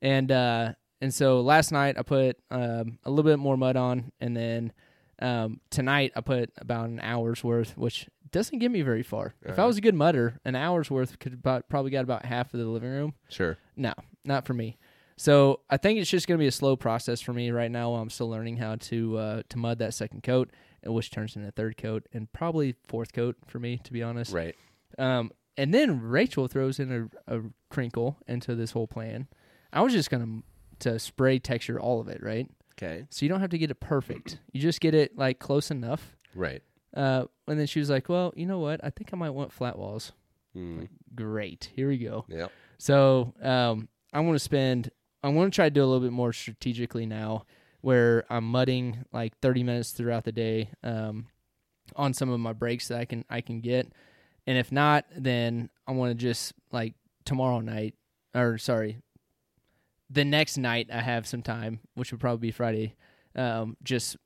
A: and uh and so last night I put um, a little bit more mud on, and then um, tonight I put about an hour's worth, which doesn't get me very far. If
B: Uh-huh.
A: I was a good mudder, an hour's worth could about, probably got about half of the living room.
B: sure.
A: No, not for me. So I think it's just going to be a slow process for me right now. While I'm still learning how to uh, to mud that second coat, and which turns into third coat and probably fourth coat for me, to be honest.
B: Right.
A: Um, and then Rachel throws in a, a crinkle into this whole plan. I was just gonna to spray texture all of it, right?
B: Okay.
A: So you don't have to get it perfect. You just get it like close enough.
B: Right.
A: Uh, and then she was like, "Well, you know what? I think I might want flat walls."
B: Mm.
A: Great. Here we go.
B: Yep.
A: So um, I want to spend. I want to try to do a little bit more strategically now, where I'm mudding like 30 minutes throughout the day um, on some of my breaks that I can I can get, and if not, then I want to just like tomorrow night or sorry, the next night I have some time, which would probably be Friday. Um, just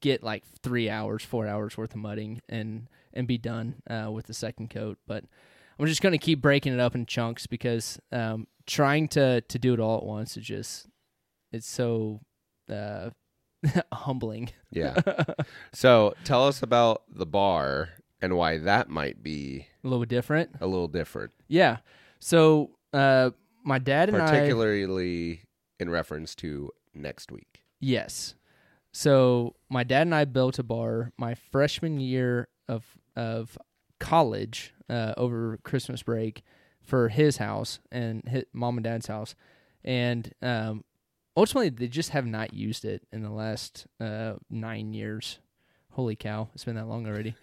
A: get like three hours, four hours worth of mudding and and be done uh, with the second coat, but. I'm just gonna keep breaking it up in chunks because um, trying to to do it all at once is just it's so uh, humbling.
B: Yeah. so tell us about the bar and why that might be
A: A little different,
B: a little different,
A: yeah. So uh, my dad and I,
B: particularly in reference to next week.
A: yes. So my dad and I built a bar my freshman year of of college uh, over Christmas break for his house and his mom and dad's house, and um, ultimately they just have not used it in the last uh, nine years. Holy cow, it's been that long already.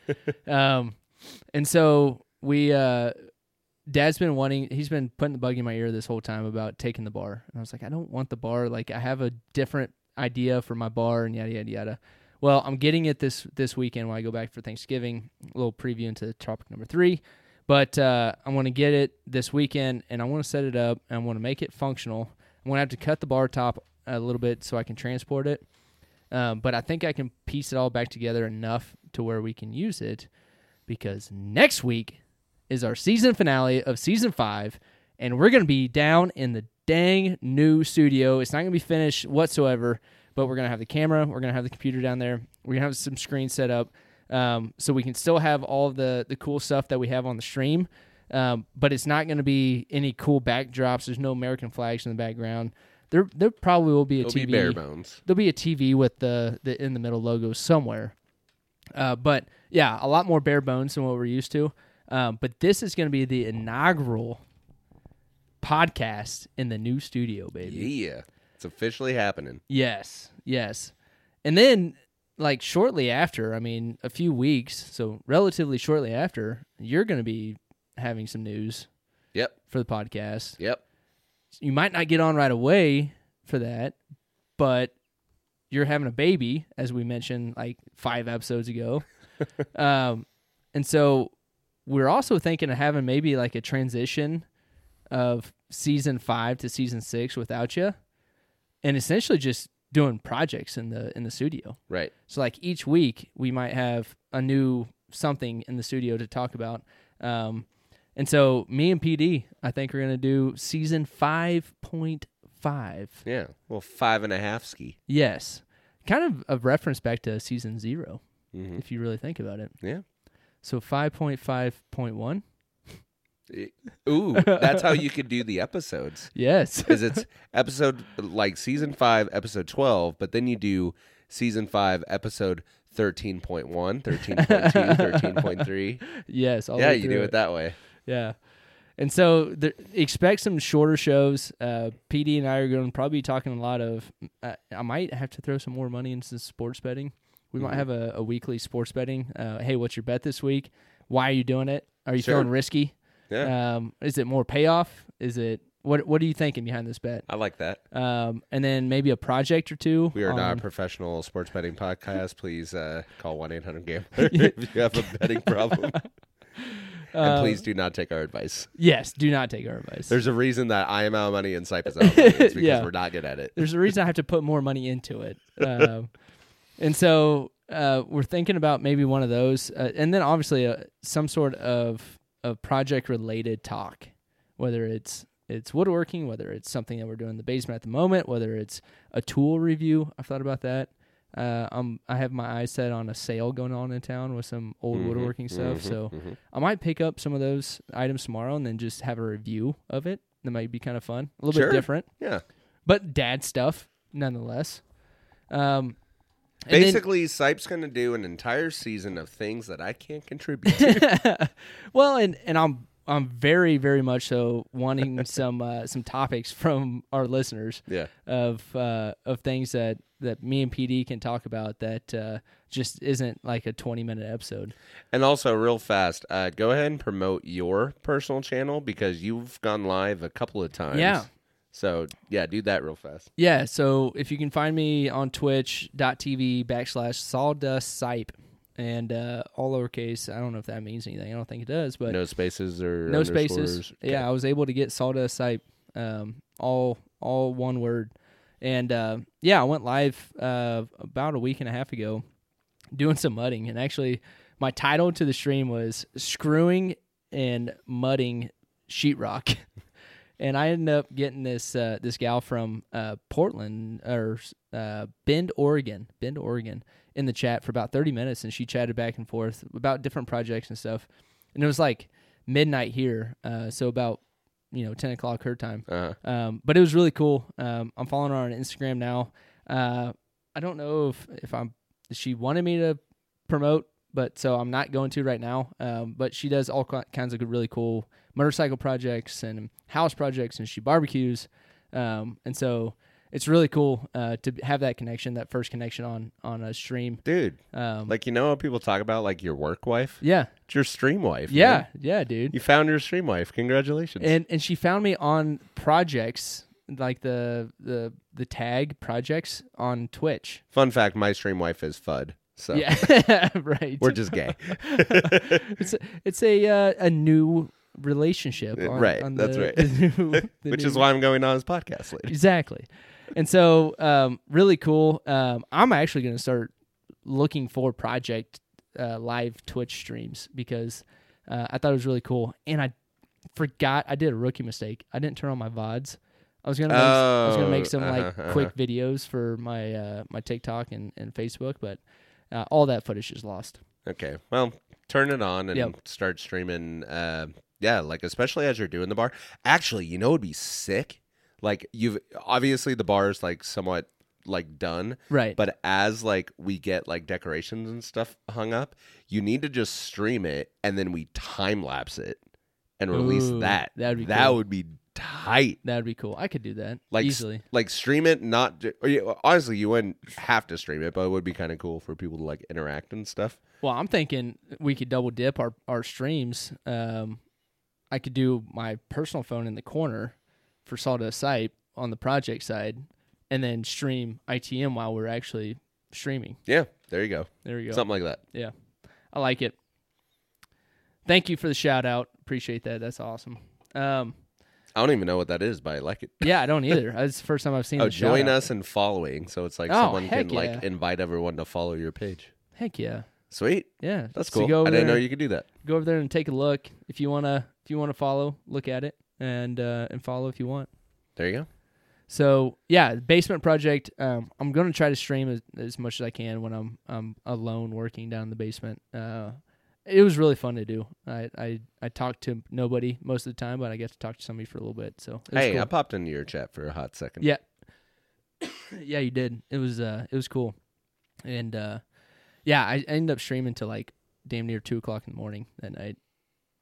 A: um, and so we, uh, dad's been wanting, he's been putting the bug in my ear this whole time about taking the bar, and I was like, I don't want the bar. Like I have a different idea for my bar, and yada yada yada. Well, I'm getting it this this weekend when I go back for Thanksgiving. A little preview into topic number three. But uh, I want to get it this weekend, and I want to set it up, and I want to make it functional. I'm gonna have to cut the bar top a little bit so I can transport it. Um, but I think I can piece it all back together enough to where we can use it, because next week is our season finale of season five, and we're gonna be down in the dang new studio. It's not gonna be finished whatsoever, but we're gonna have the camera, we're gonna have the computer down there, we're gonna have some screens set up, um, so we can still have all of the the cool stuff that we have on the stream. Um, but it's not going to be any cool backdrops. There's no American flags in the background. There, there probably will be a
B: It'll
A: TV
B: be bare bones.
A: there'll be a TV with the, the in the middle logo somewhere. Uh, but yeah, a lot more bare bones than what we're used to. Um, but this is going to be the inaugural podcast in the new studio, baby.
B: Yeah, it's officially happening.
A: Yes, yes. And then, like, shortly after, I mean, a few weeks, so relatively shortly after, you're going to be having some news
B: Yep,
A: for the podcast.
B: yep.
A: You might not get on right away for that, but you're having a baby, as we mentioned like five episodes ago. um, and so we're also thinking of having maybe like a transition of season five to season six without you, and essentially just doing projects in the in the studio.
B: Right.
A: So like each week we might have a new something in the studio to talk about. Um, and so me and PD, I think we're gonna do season five point five.
B: Yeah. Well, five and a half ski.
A: Yes, kind of a reference back to season 0
B: Mhm.
A: if you really think about it.
B: Yeah.
A: So five point five point one.
B: Ooh, that's how you could do the episodes.
A: Yes.
B: Because it's episode like season five, episode 12, but then you do season five, episode 13.1, 13.2, 13.3.
A: yes. all the
B: yeah,
A: way
B: you
A: through
B: do it that way.
A: Yeah. And so there, expect some shorter shows. Uh, PD and I are going to probably be talking a lot of. Uh, I might have to throw some more money into sports betting. We might
B: Mhm.
A: have a, a weekly sports betting. Uh, hey, what's your bet this week? Why are you doing it? Are you
B: Sure.
A: feeling risky?
B: Yeah.
A: Um, is it more payoff? Is it what? What are you thinking behind this bet?
B: I like that.
A: Um, and then maybe a project or two.
B: We are not a
A: on-
B: professional sports betting podcast. Please uh, call 1 800 Gambler if you have a betting problem. and
A: uh,
B: please do not take our advice.
A: Yes, do not take our advice.
B: There's a reason that I am out of money and Cypress out of money. It's because
A: Yeah.
B: we're not good at it.
A: there's a reason I have to put more money into it. Um, and so uh, we're thinking about maybe one of those, uh, and then obviously uh, some sort of a project related talk, whether it's it's woodworking, whether it's something that we're doing in the basement at the moment, whether it's a tool review. I've thought about that. Uh, um, I have my eyes set on a sale going on in town with some old
B: Mhm,
A: woodworking stuff,
B: mhm,
A: so
B: mhm.
A: I might pick up some of those items tomorrow and then just have a review of it. That might be kind of fun, a little
B: Sure.
A: bit different
B: Yeah.
A: but dad stuff nonetheless. Um, and then-
B: Basically, Sipe's going to do an entire season of things that I can't contribute to.
A: well, and and I'm I'm very very much so wanting some uh, some topics from our listeners
B: yeah.
A: of uh, of things that that me and PD can talk about that uh, just isn't like a 20 minute episode.
B: And also, real fast, uh, go ahead and promote your personal channel because you've gone live a couple of times.
A: Yeah.
B: So, yeah, do that real fast.
A: Yeah, so if you can find me on twitch.tv backslash sawdust sipe and uh, all lowercase, I don't know if that means anything. I don't think it does, but
B: No spaces or
A: no spaces.
B: underscores. Okay.
A: Yeah, I was able to get sawdust site, um, all all one word, and uh, yeah, I went live uh, about a week and a half ago, doing some mudding, and actually, my title to the stream was screwing and mudding sheetrock. And I ended up getting this uh, this gal from uh, Portland or uh, Bend, Oregon, Bend, Oregon, in the chat for about thirty minutes, and she chatted back and forth about different projects and stuff. And it was like midnight here, uh, so about you know ten o'clock her time.
B: Uh-huh.
A: Um, but it was really cool. Um, I'm following her on Instagram now. Uh, I don't know if if I'm she wanted me to promote, but so I'm not going to right now. Um, but she does all ki- kinds of good- really cool motorcycle projects and house projects, and she barbecues. Um, and so it's really cool uh, to have that connection, that first connection on on a stream.
B: Dude,
A: Um,
B: like, you know how people talk about, like, your work wife?
A: yeah,
B: It's your stream wife. man.
A: yeah, yeah, dude.
B: You found your stream wife. Congratulations.
A: and and she found me on projects like the the the tag projects on Twitch.
B: Fun fact my stream wife is FUD. So,
A: Yeah, right.
B: we're just gay.
A: it's a, it's a uh, a new relationship.
B: Uh,
A: On,
B: right,
A: on
B: that's
A: the-
B: right.
A: the new- the
B: Which
A: new-
B: is why I'm going on his podcast later.
A: exactly. And so, um, really cool. Um, I'm actually going to start looking for project uh, live Twitch streams because uh, I thought it was really cool, and I forgot I did a rookie mistake. I didn't turn on my vods. I was gonna make, I was gonna make
B: Oh,
A: some like
B: uh-huh, uh-huh.
A: quick videos for my uh, my TikTok and, and Facebook, but uh, all that footage is lost.
B: Okay. Well, turn it on and
A: Yep.
B: start streaming. Uh, yeah, like especially as you're doing the bar. Actually, you know, it'd be sick. Like you've obviously the bar is like somewhat like done.
A: Right.
B: But as like we get like decorations and stuff hung up, you need to just stream it and then we time lapse it and release
A: Ooh,
B: that.
A: that'd be
B: that
A: cool.
B: would be tight.
A: That'd be cool. I could do that
B: Like s-
A: easily.
B: like stream it, not ju- or you, honestly, you wouldn't have to stream it, but it would be kind of cool for people to like interact and stuff.
A: Well, I'm thinking we could double dip our our streams. Um, I could do my personal phone in the corner for Sawdust Site on the project side, and then stream ITM while we're actually streaming.
B: Yeah, there you go,
A: There you go.
B: something like that.
A: Yeah, I like it. Thank you for the shout out. Appreciate that. That's awesome. Um,
B: I don't even know what that is, but I like it.
A: yeah, I don't either. That's the first time I've seen.
B: Oh,
A: the
B: join
A: shout-out.
B: us in following. So it's like
A: Oh,
B: someone
A: heck
B: can like
A: yeah.
B: invite everyone to follow your page.
A: Heck yeah,
B: Sweet.
A: yeah.
B: That's
A: So
B: cool.
A: go
B: I
A: over
B: didn't
A: there-
B: know you could do that.
A: go over there and take a look if you wanna if you wanna follow. Look at it and uh, and follow if you want.
B: There you go.
A: So yeah, basement project. Um, I'm gonna try to stream as, as much as I can when I'm I'm alone working down in the basement. Uh, it was really fun to do. I, I I talked to nobody most of the time, but I got to talk to somebody for a little bit. So it was
B: Hey,
A: cool.
B: I popped into your chat for a hot second.
A: yeah, yeah, you did. It was uh it was cool, and uh, yeah, I ended up streaming till like damn near two o'clock in the morning that night.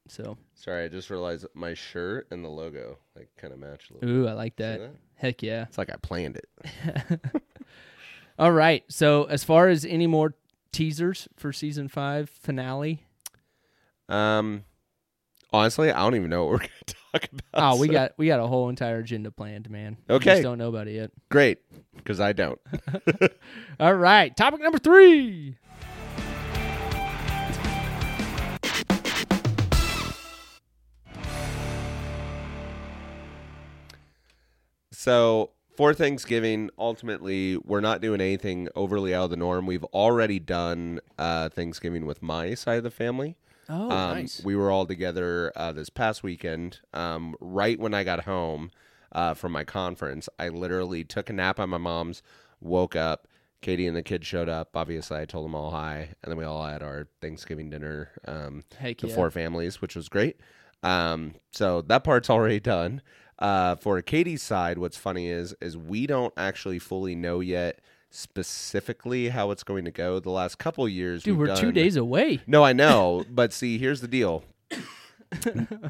A: So
B: Sorry, I just realized that my shirt and the logo like kind of match a little.
A: ooh, I like
B: See
A: that. Heck yeah.
B: It's like I planned it.
A: All right. So as far as any more teasers for season five finale,
B: Um, honestly, I don't even know what we're gonna talk about.
A: oh, we
B: so-
A: got we got a whole entire agenda planned, man. We
B: Okay.
A: just don't know about it yet.
B: great because I don't.
A: All right. Topic number three.
B: So for Thanksgiving, ultimately, we're not doing anything overly out of the norm. We've already done uh, Thanksgiving with my side of the family.
A: Oh,
B: um, We were all together uh, this past weekend. Um, right when I got home uh, from my conference, I literally took a nap at my mom's, woke up. Katie and the kids showed up. Obviously, I told them all hi, and then we all had our Thanksgiving dinner. Um,
A: Heck
B: the
A: yeah.
B: four families, which was great. Um, so that part's already done. Uh, for Katie's side, what's funny is is we don't actually fully know yet specifically how it's going to go. The last couple years,
A: Dude,
B: we've
A: we're two
B: done-
A: days away.
B: no, I know, but see, here's the deal.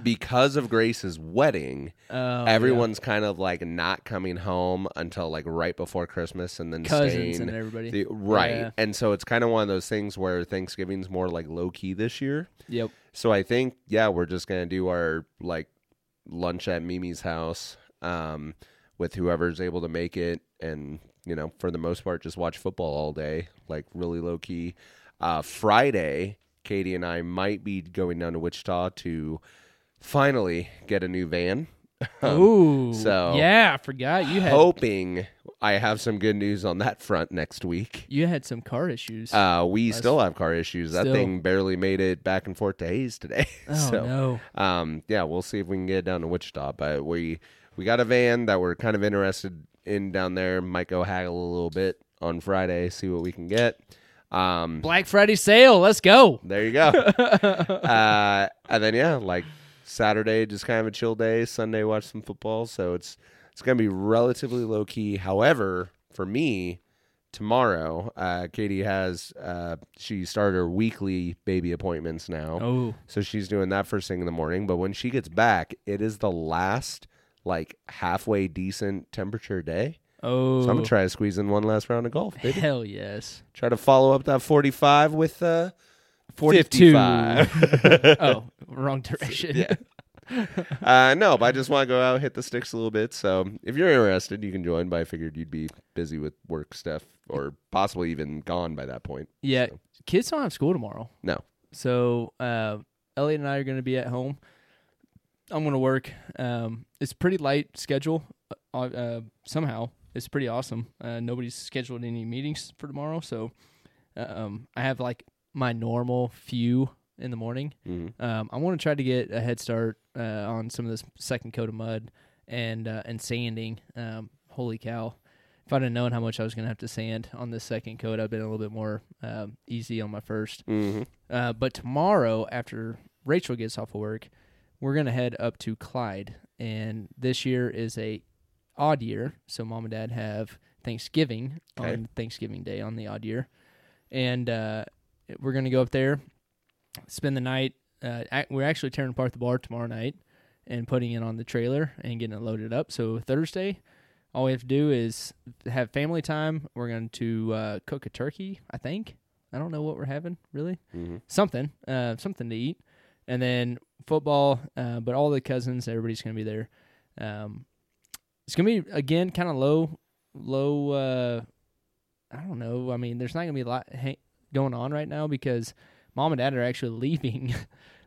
B: because of Grace's wedding,
A: Oh,
B: everyone's kind of like not coming home until like right before Christmas, and then
A: yeah. cousins
B: staying
A: and everybody.
B: the- right.
A: Yeah.
B: And so it's kind of one of those things where Thanksgiving's more like low key this year.
A: yep.
B: So I think yeah, we're just gonna do our like lunch at Mimi's house um, with whoever's able to make it, and you know, for the most part, just watch football all day, like really low key. Uh, Friday, Katie and I might be going down to Wichita to finally get a new van. Um,
A: Ooh.
B: so-
A: yeah, I forgot you had
B: hoping I have some good news on that front next week.
A: you had some car issues.
B: Uh, we still have car issues. That
A: Still.
B: thing barely made it back and forth to Hayes today.
A: oh
B: so,
A: no.
B: um, yeah, we'll see if we can get it down to Wichita. But we we got a van that we're kind of interested in down there. Might go haggle a little bit on Friday, see what we can get. Um,
A: Black Friday sale. Let's go.
B: there you go. uh, and then yeah, like Saturday, just kind of a chill day. Sunday, watch some football. So it's it's gonna be relatively low key. However, for me. Tomorrow, uh, Katie has uh, she started her weekly baby appointments now.
A: Oh.
B: So she's doing that first thing in the morning. But when she gets back, it is the last like halfway decent temperature day.
A: Oh.
B: So I'm gonna try to squeeze in one last round of golf, baby.
A: Hell yes.
B: try to follow up that 45 with uh
A: 42.
B: 55.
A: Oh, wrong direction.
B: yeah. uh, no, but I just want to go out, hit the sticks a little bit. So if you're interested, you can join. But I figured you'd be busy with work stuff, or possibly even gone by that point.
A: Yeah,
B: So,
A: kids don't have school tomorrow.
B: No.
A: So uh, Elliot and I are going to be at home. I'm going to work. Um, it's a pretty light schedule. Uh, uh, somehow, it's pretty awesome. Uh, nobody's scheduled any meetings for tomorrow, so uh, um, I have like my normal few in the morning.
B: mhm.
A: Um, I want to try to get a head start uh, on some of this second coat of mud and uh, and sanding. Um, holy cow! If I'd have known how much I was going to have to sand on this second coat, I'd been a little bit more um, easy on my first.
B: Mhm.
A: Uh, but tomorrow, after Rachel gets off of work, we're going to head up to Clyde, and this year is a odd year, so mom and dad have Thanksgiving
B: Okay.
A: on Thanksgiving Day on the odd year, and uh, we're gonna go up there, spend the night. Uh, ac- we're actually tearing apart the bar tomorrow night and putting it on the trailer and getting it loaded up. So Thursday, all we have to do is have family time. We're going to uh, cook a turkey, I think. I don't know what we're having really.
B: Mhm.
A: Something, uh, something to eat, and then football. Uh, but all the cousins, everybody's going to be there. Um, it's going to be again kind of low, low. Uh, I don't know. I mean, there's not going to be a lot ha- going on right now because mom and dad are actually leaving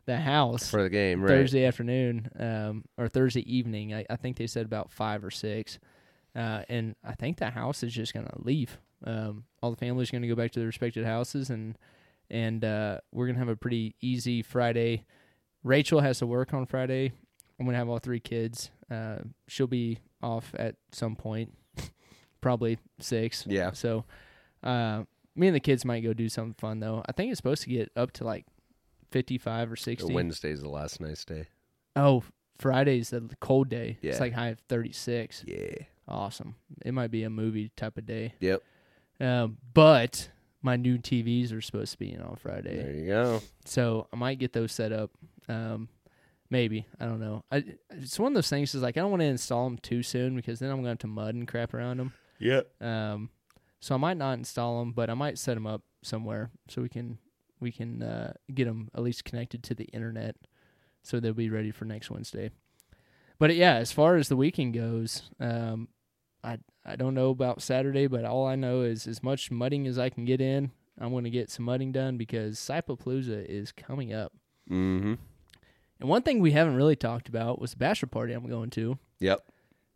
A: the house
B: for the game, right?
A: Thursday afternoon um, or Thursday evening. I, I think they said about five or six, uh, and I think the house is just gonna leave. Um, all the families gonna go back to their respected houses, and and uh, we're gonna have a pretty easy Friday. Rachel has to work on Friday. I'm gonna have all three kids. Uh, she'll be off at some point, probably six.
B: Yeah.
A: So, uh, me and the kids might go do something fun though. I think it's supposed to get up to like 55 or 60.
B: Wednesday's the last nice day.
A: Oh, Friday's the cold day.
B: Yeah.
A: It's like high of 36.
B: Yeah.
A: Awesome. It might be a movie type of day.
B: Yep.
A: Um, but my new TVs are supposed to be in on Friday.
B: There you go.
A: So I might get those set up. Um, maybe. I don't know. I, it's one of those things is like I don't want to install them too soon because then I'm going to have to mud and crap around them.
B: Yep.
A: Um, so I might not install them, but I might set them up somewhere so we can we can uh, get them at least connected to the internet, so they'll be ready for next Wednesday. But yeah, as far as the weekend goes, um, I I don't know about Saturday, but all I know is as much mudding as I can get in. I'm going to get some mudding done because Cypapalooza is coming up.
B: Mm-hmm.
A: And one thing we haven't really talked about was the bachelor party I'm going to
B: Yep.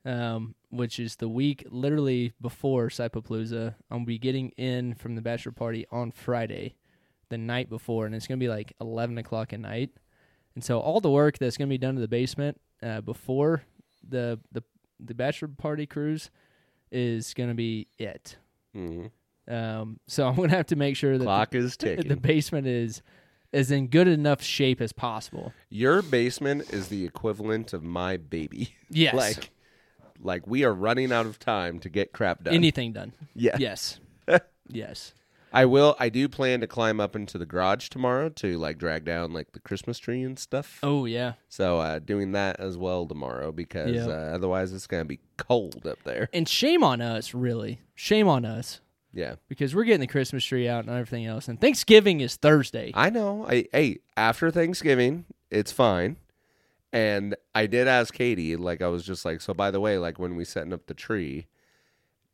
A: um, which is the week literally before Cypapalooza. I'm gonna be getting in from the bachelor party on Friday, the night before, and it's gonna be like 11 o'clock at night. And so all the work that's gonna be done to the basement uh, before the the the bachelor party cruise is gonna be it.
B: Mm-hmm.
A: Um, so I'm gonna have to make sure that the-
B: Clock is
A: the,
B: ticking.
A: basement is is in good enough shape as possible.
B: Your basement is the equivalent of my baby.
A: Yes,
B: Like, like we are running out of time to get crap done.
A: anything done.
B: yeah.
A: Yes, yes.
B: I will. I do plan to climb up into the garage tomorrow to like drag down like the Christmas tree and stuff.
A: Oh yeah.
B: So uh, doing that as well tomorrow because
A: Yeah.
B: uh, otherwise it's gonna be cold up there.
A: and shame on us, really. Shame on us
B: Yeah,
A: because we're getting the Christmas tree out and everything else. And Thanksgiving is Thursday.
B: I know. I hey after Thanksgiving it's fine. And I did ask Katie, like I was just like, so by the way, like when we setting up the tree,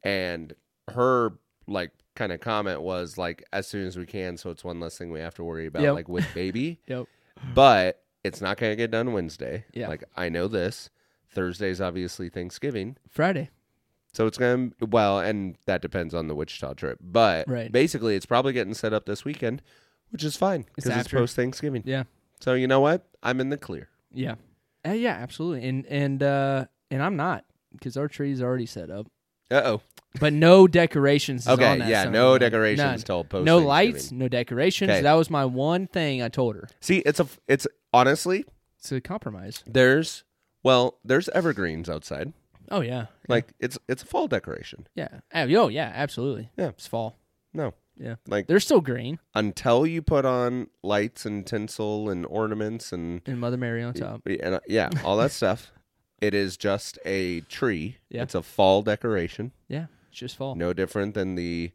B: and her like kind of comment was like, as soon as we can, so it's one less thing we have to worry about,
A: Yep.
B: like with baby.
A: Yep.
B: but it's not going to get done Wednesday.
A: Yeah.
B: Like I know this. Thursday's obviously Thanksgiving.
A: Friday.
B: So it's going to, well, and that depends on the Wichita trip. But
A: Right.
B: basically, it's probably getting set up this weekend, which is fine
A: It's
B: because it's,
A: after.
B: post Thanksgiving.
A: Yeah.
B: So you know what? I'm in the clear.
A: Yeah. Uh, yeah, absolutely. And and uh and I'm not because our tree's already set up.
B: Uh oh.
A: But no decorations is
B: Okay.
A: on that
B: Yeah.
A: son of
B: No
A: a gun.
B: decorations
A: None.
B: till post.
A: No lights, no decorations.
B: Okay.
A: That was my one thing I told her.
B: See, it's a, it's honestly,
A: It's a compromise.
B: there's, well, there's evergreens outside.
A: Oh yeah.
B: Like it's, it's a fall decoration.
A: Yeah. Oh yo, yeah, absolutely.
B: Yeah.
A: It's fall.
B: No.
A: Yeah.
B: Like
A: They're still green
B: until you put on lights and tinsel and ornaments and
A: and Mother Mary on top.
B: Yeah, and uh, yeah, all that stuff. It is just a tree.
A: Yeah.
B: It's a fall decoration.
A: Yeah. It's just fall.
B: No different than the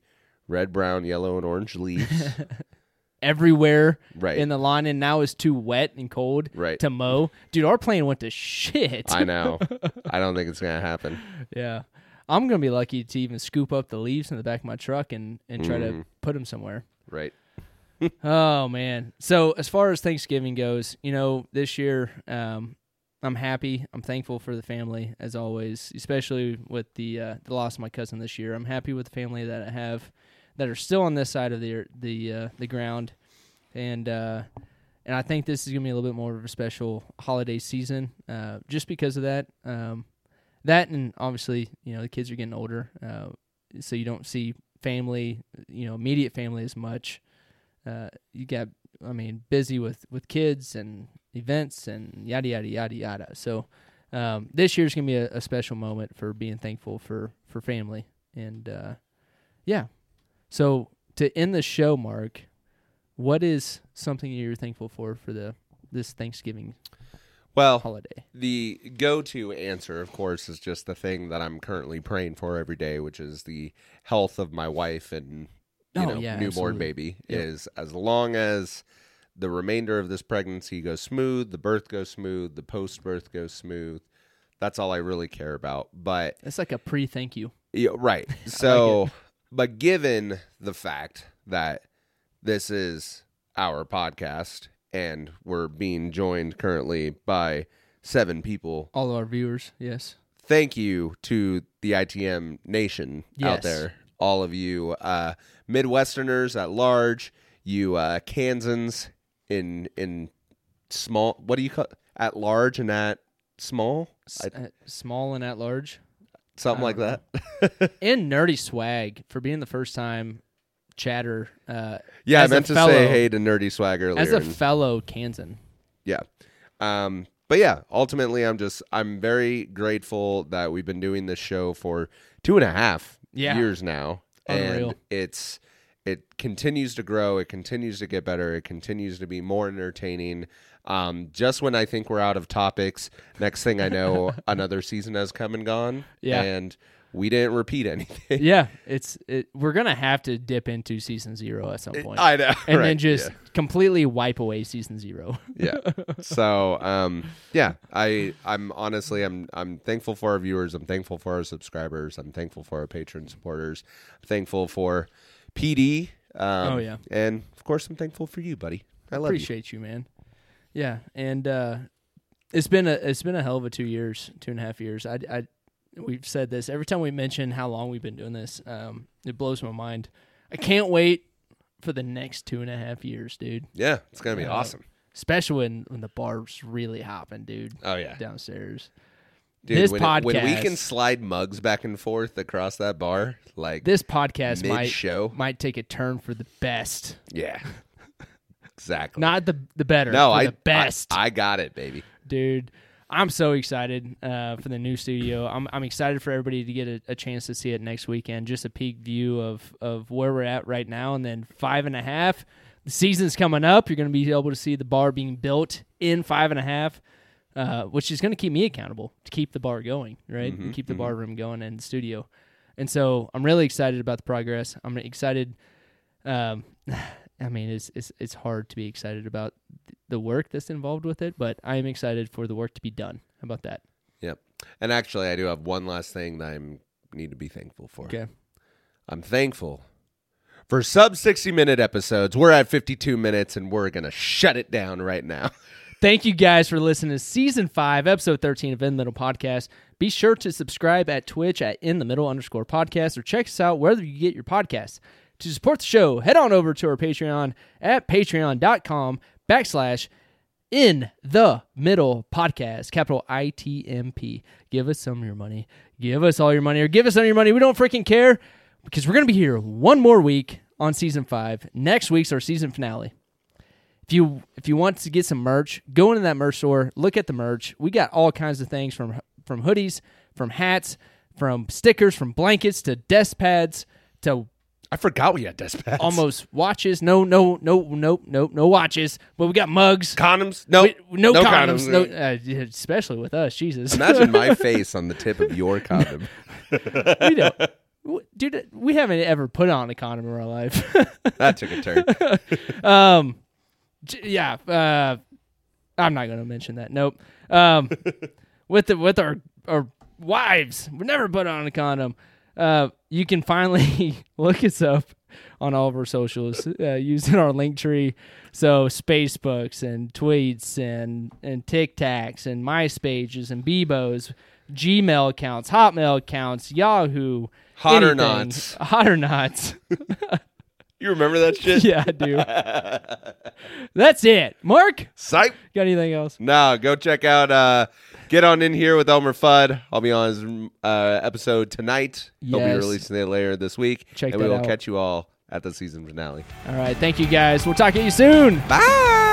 B: red, brown, yellow, and orange leaves.
A: Everywhere
B: right.
A: in the line and now is too wet and cold
B: Right.
A: to mow. Dude, our plane went to shit.
B: I know. I don't think it's gonna happen.
A: yeah. I'm going to be lucky to even scoop up the leaves in the back of my truck and, and try
B: Mm.
A: to put them somewhere.
B: Right.
A: Oh, man. So, as far as Thanksgiving goes, you know, this year, um, I'm happy. I'm thankful for the family, as always, especially with the uh, the loss of my cousin this year. I'm happy with the family that I have that are still on this side of the the uh, the ground. and uh, and I think this is gonna be a little bit more of a special holiday season, uh, just because of that. Um, that and obviously, you know, the kids are getting older, uh, so you don't see family, you know, immediate family as much. Uh, you got, I mean, busy with with kids and events and yada yada yada yada. So um, this year's gonna be a, a special moment for being thankful for for family and uh, yeah. So to end the show, Mark, what is something you're thankful for for the this Thanksgiving
B: Well,
A: holiday?
B: The go to answer, of course, is just the thing that I'm currently praying for every day, which is the health of my wife and you
A: Oh,
B: know,
A: yeah,
B: newborn
A: absolutely.
B: baby.
A: Yeah.
B: Is as long as the remainder of this pregnancy goes smooth, the birth goes smooth, the post birth goes smooth. That's all I really care about. But
A: It's like a pre thank you.
B: yeah, right. So, but given the fact that this is our podcast and we're being joined currently by seven people
A: All of our viewers, yes.
B: thank you to the ITM nation out
A: Yes.
B: there, all of you uh, Midwesterners at large, you uh, Kansans in in small. What do you call at large and at small?
A: S- um, at small and at large.
B: Something like that.
A: And nerdy swag for being the first time chatter uh,
B: yeah, I
A: As a
B: meant to
A: fellow-
B: say hey to Nerdy Swag earlier.
A: as a
B: and-
A: fellow Kansan.
B: yeah um but yeah ultimately i'm just i'm very grateful that we've been doing this show for two and a half
A: Yeah.
B: years now and
A: Unreal.
B: it's it continues to grow it continues to get better it continues to be more entertaining um just when i think we're out of topics next thing i know another season has come and gone
A: Yeah.
B: and we didn't repeat anything
A: yeah, it's it, we're gonna have to dip into season zero at some point,
B: i know
A: and
B: right,
A: then just completely wipe away season zero.
B: yeah so um yeah i i'm honestly i'm i'm thankful for our viewers i'm thankful for our subscribers i'm thankful for our patron supporters i'm thankful for pd um,
A: Oh, yeah.
B: and of course i'm thankful for you buddy i love you
A: Appreciate you. man. Yeah, and uh, it's been a it's been a hell of a two years, two and a half years. I, I we've said this every time we mention how long we've been doing this. Um, it blows my mind. I can't wait for the next two and a half years, dude.
B: yeah it's gonna be
A: Yeah.
B: awesome
A: Especially when when the bar's really hopping, dude,
B: oh yeah
A: downstairs.
B: Dude,
A: this
B: when, it- when we
A: podcast-
B: can slide mugs back and forth across that bar like
A: This podcast
B: mid
A: might
B: show
A: might take a turn for the best.
B: yeah exactly
A: Not the the better.
B: no
A: for
B: i
A: the best,
B: I, I got it baby
A: dude. I'm so excited uh, for the new studio. I'm I'm excited for everybody to get a, a chance to see it next weekend. Just a peek view of of where we're at right now, and then five and a half. The season's coming up. You're going to be able to see the bar being built in five and a half, uh, which is going to keep me accountable to keep the bar going, right?
B: Mm-hmm,
A: and keep the bar room going and the studio. And so I'm really excited about the progress. I'm excited um, I mean, it's it's it's hard to be excited about th- the work that's involved with it, but I am excited for the work to be done. How about that?
B: Yep. And actually, I do have one last thing that I need to be thankful for.
A: Okay.
B: I'm thankful for sub 60 minute episodes. We're at 52 minutes and we're going to shut it down right now.
A: Thank you guys for listening to season five, episode thirteen of In the Middle Podcast. Be sure to subscribe at Twitch at in the middle underscore podcast or check us out wherever you get your podcasts. To support the show, head on over to our Patreon at patreon.com backslash in the middle podcast, capital I T M P. Give us some of your money. Give us all your money or give us some of your money. We don't freaking care because we're going to be here one more week on season five. Next week's our season finale if you if you want to get some merch, go into that merch store, look at the merch. We got all kinds of things from from hoodies, from hats, from stickers, from blankets to desk pads to
B: I forgot we had desk pads.
A: almost watches. No, no, no, no, no, no watches. But we got mugs.
B: Condoms? No.
A: We- no, condoms. No, uh, yeah, especially with us. Jesus,
B: Imagine my face on the tip of your condom.
A: we don't. w- Dude, we haven't ever put on a condom in our life.
B: That took a turn.
A: um, j- yeah. Uh, I'm not going to mention that. Nope. Um, with the with our our wives, we never put on a condom. Uh, you can finally look us up on all of our socials uh, using our link tree. So Spacebooks and tweets and and TikToks and MySpages and Bebos, Gmail accounts, Hotmail accounts, Yahoo.
B: Hot or
A: anything.
B: nots.
A: Hot or not.
B: You remember that shit?
A: yeah, I do. That's it. Mark,
B: Psych.
A: got anything else?
B: No, go check out uh Get On In Here with Elmer Fudd. I'll be on his uh, episode tonight. He'll be
A: Yes.
B: releasing it later this week.
A: Check
B: and we
A: that
B: will
A: out.
B: catch you all at the season finale.
A: All right. Thank you guys. We'll talk to you soon.
B: Bye.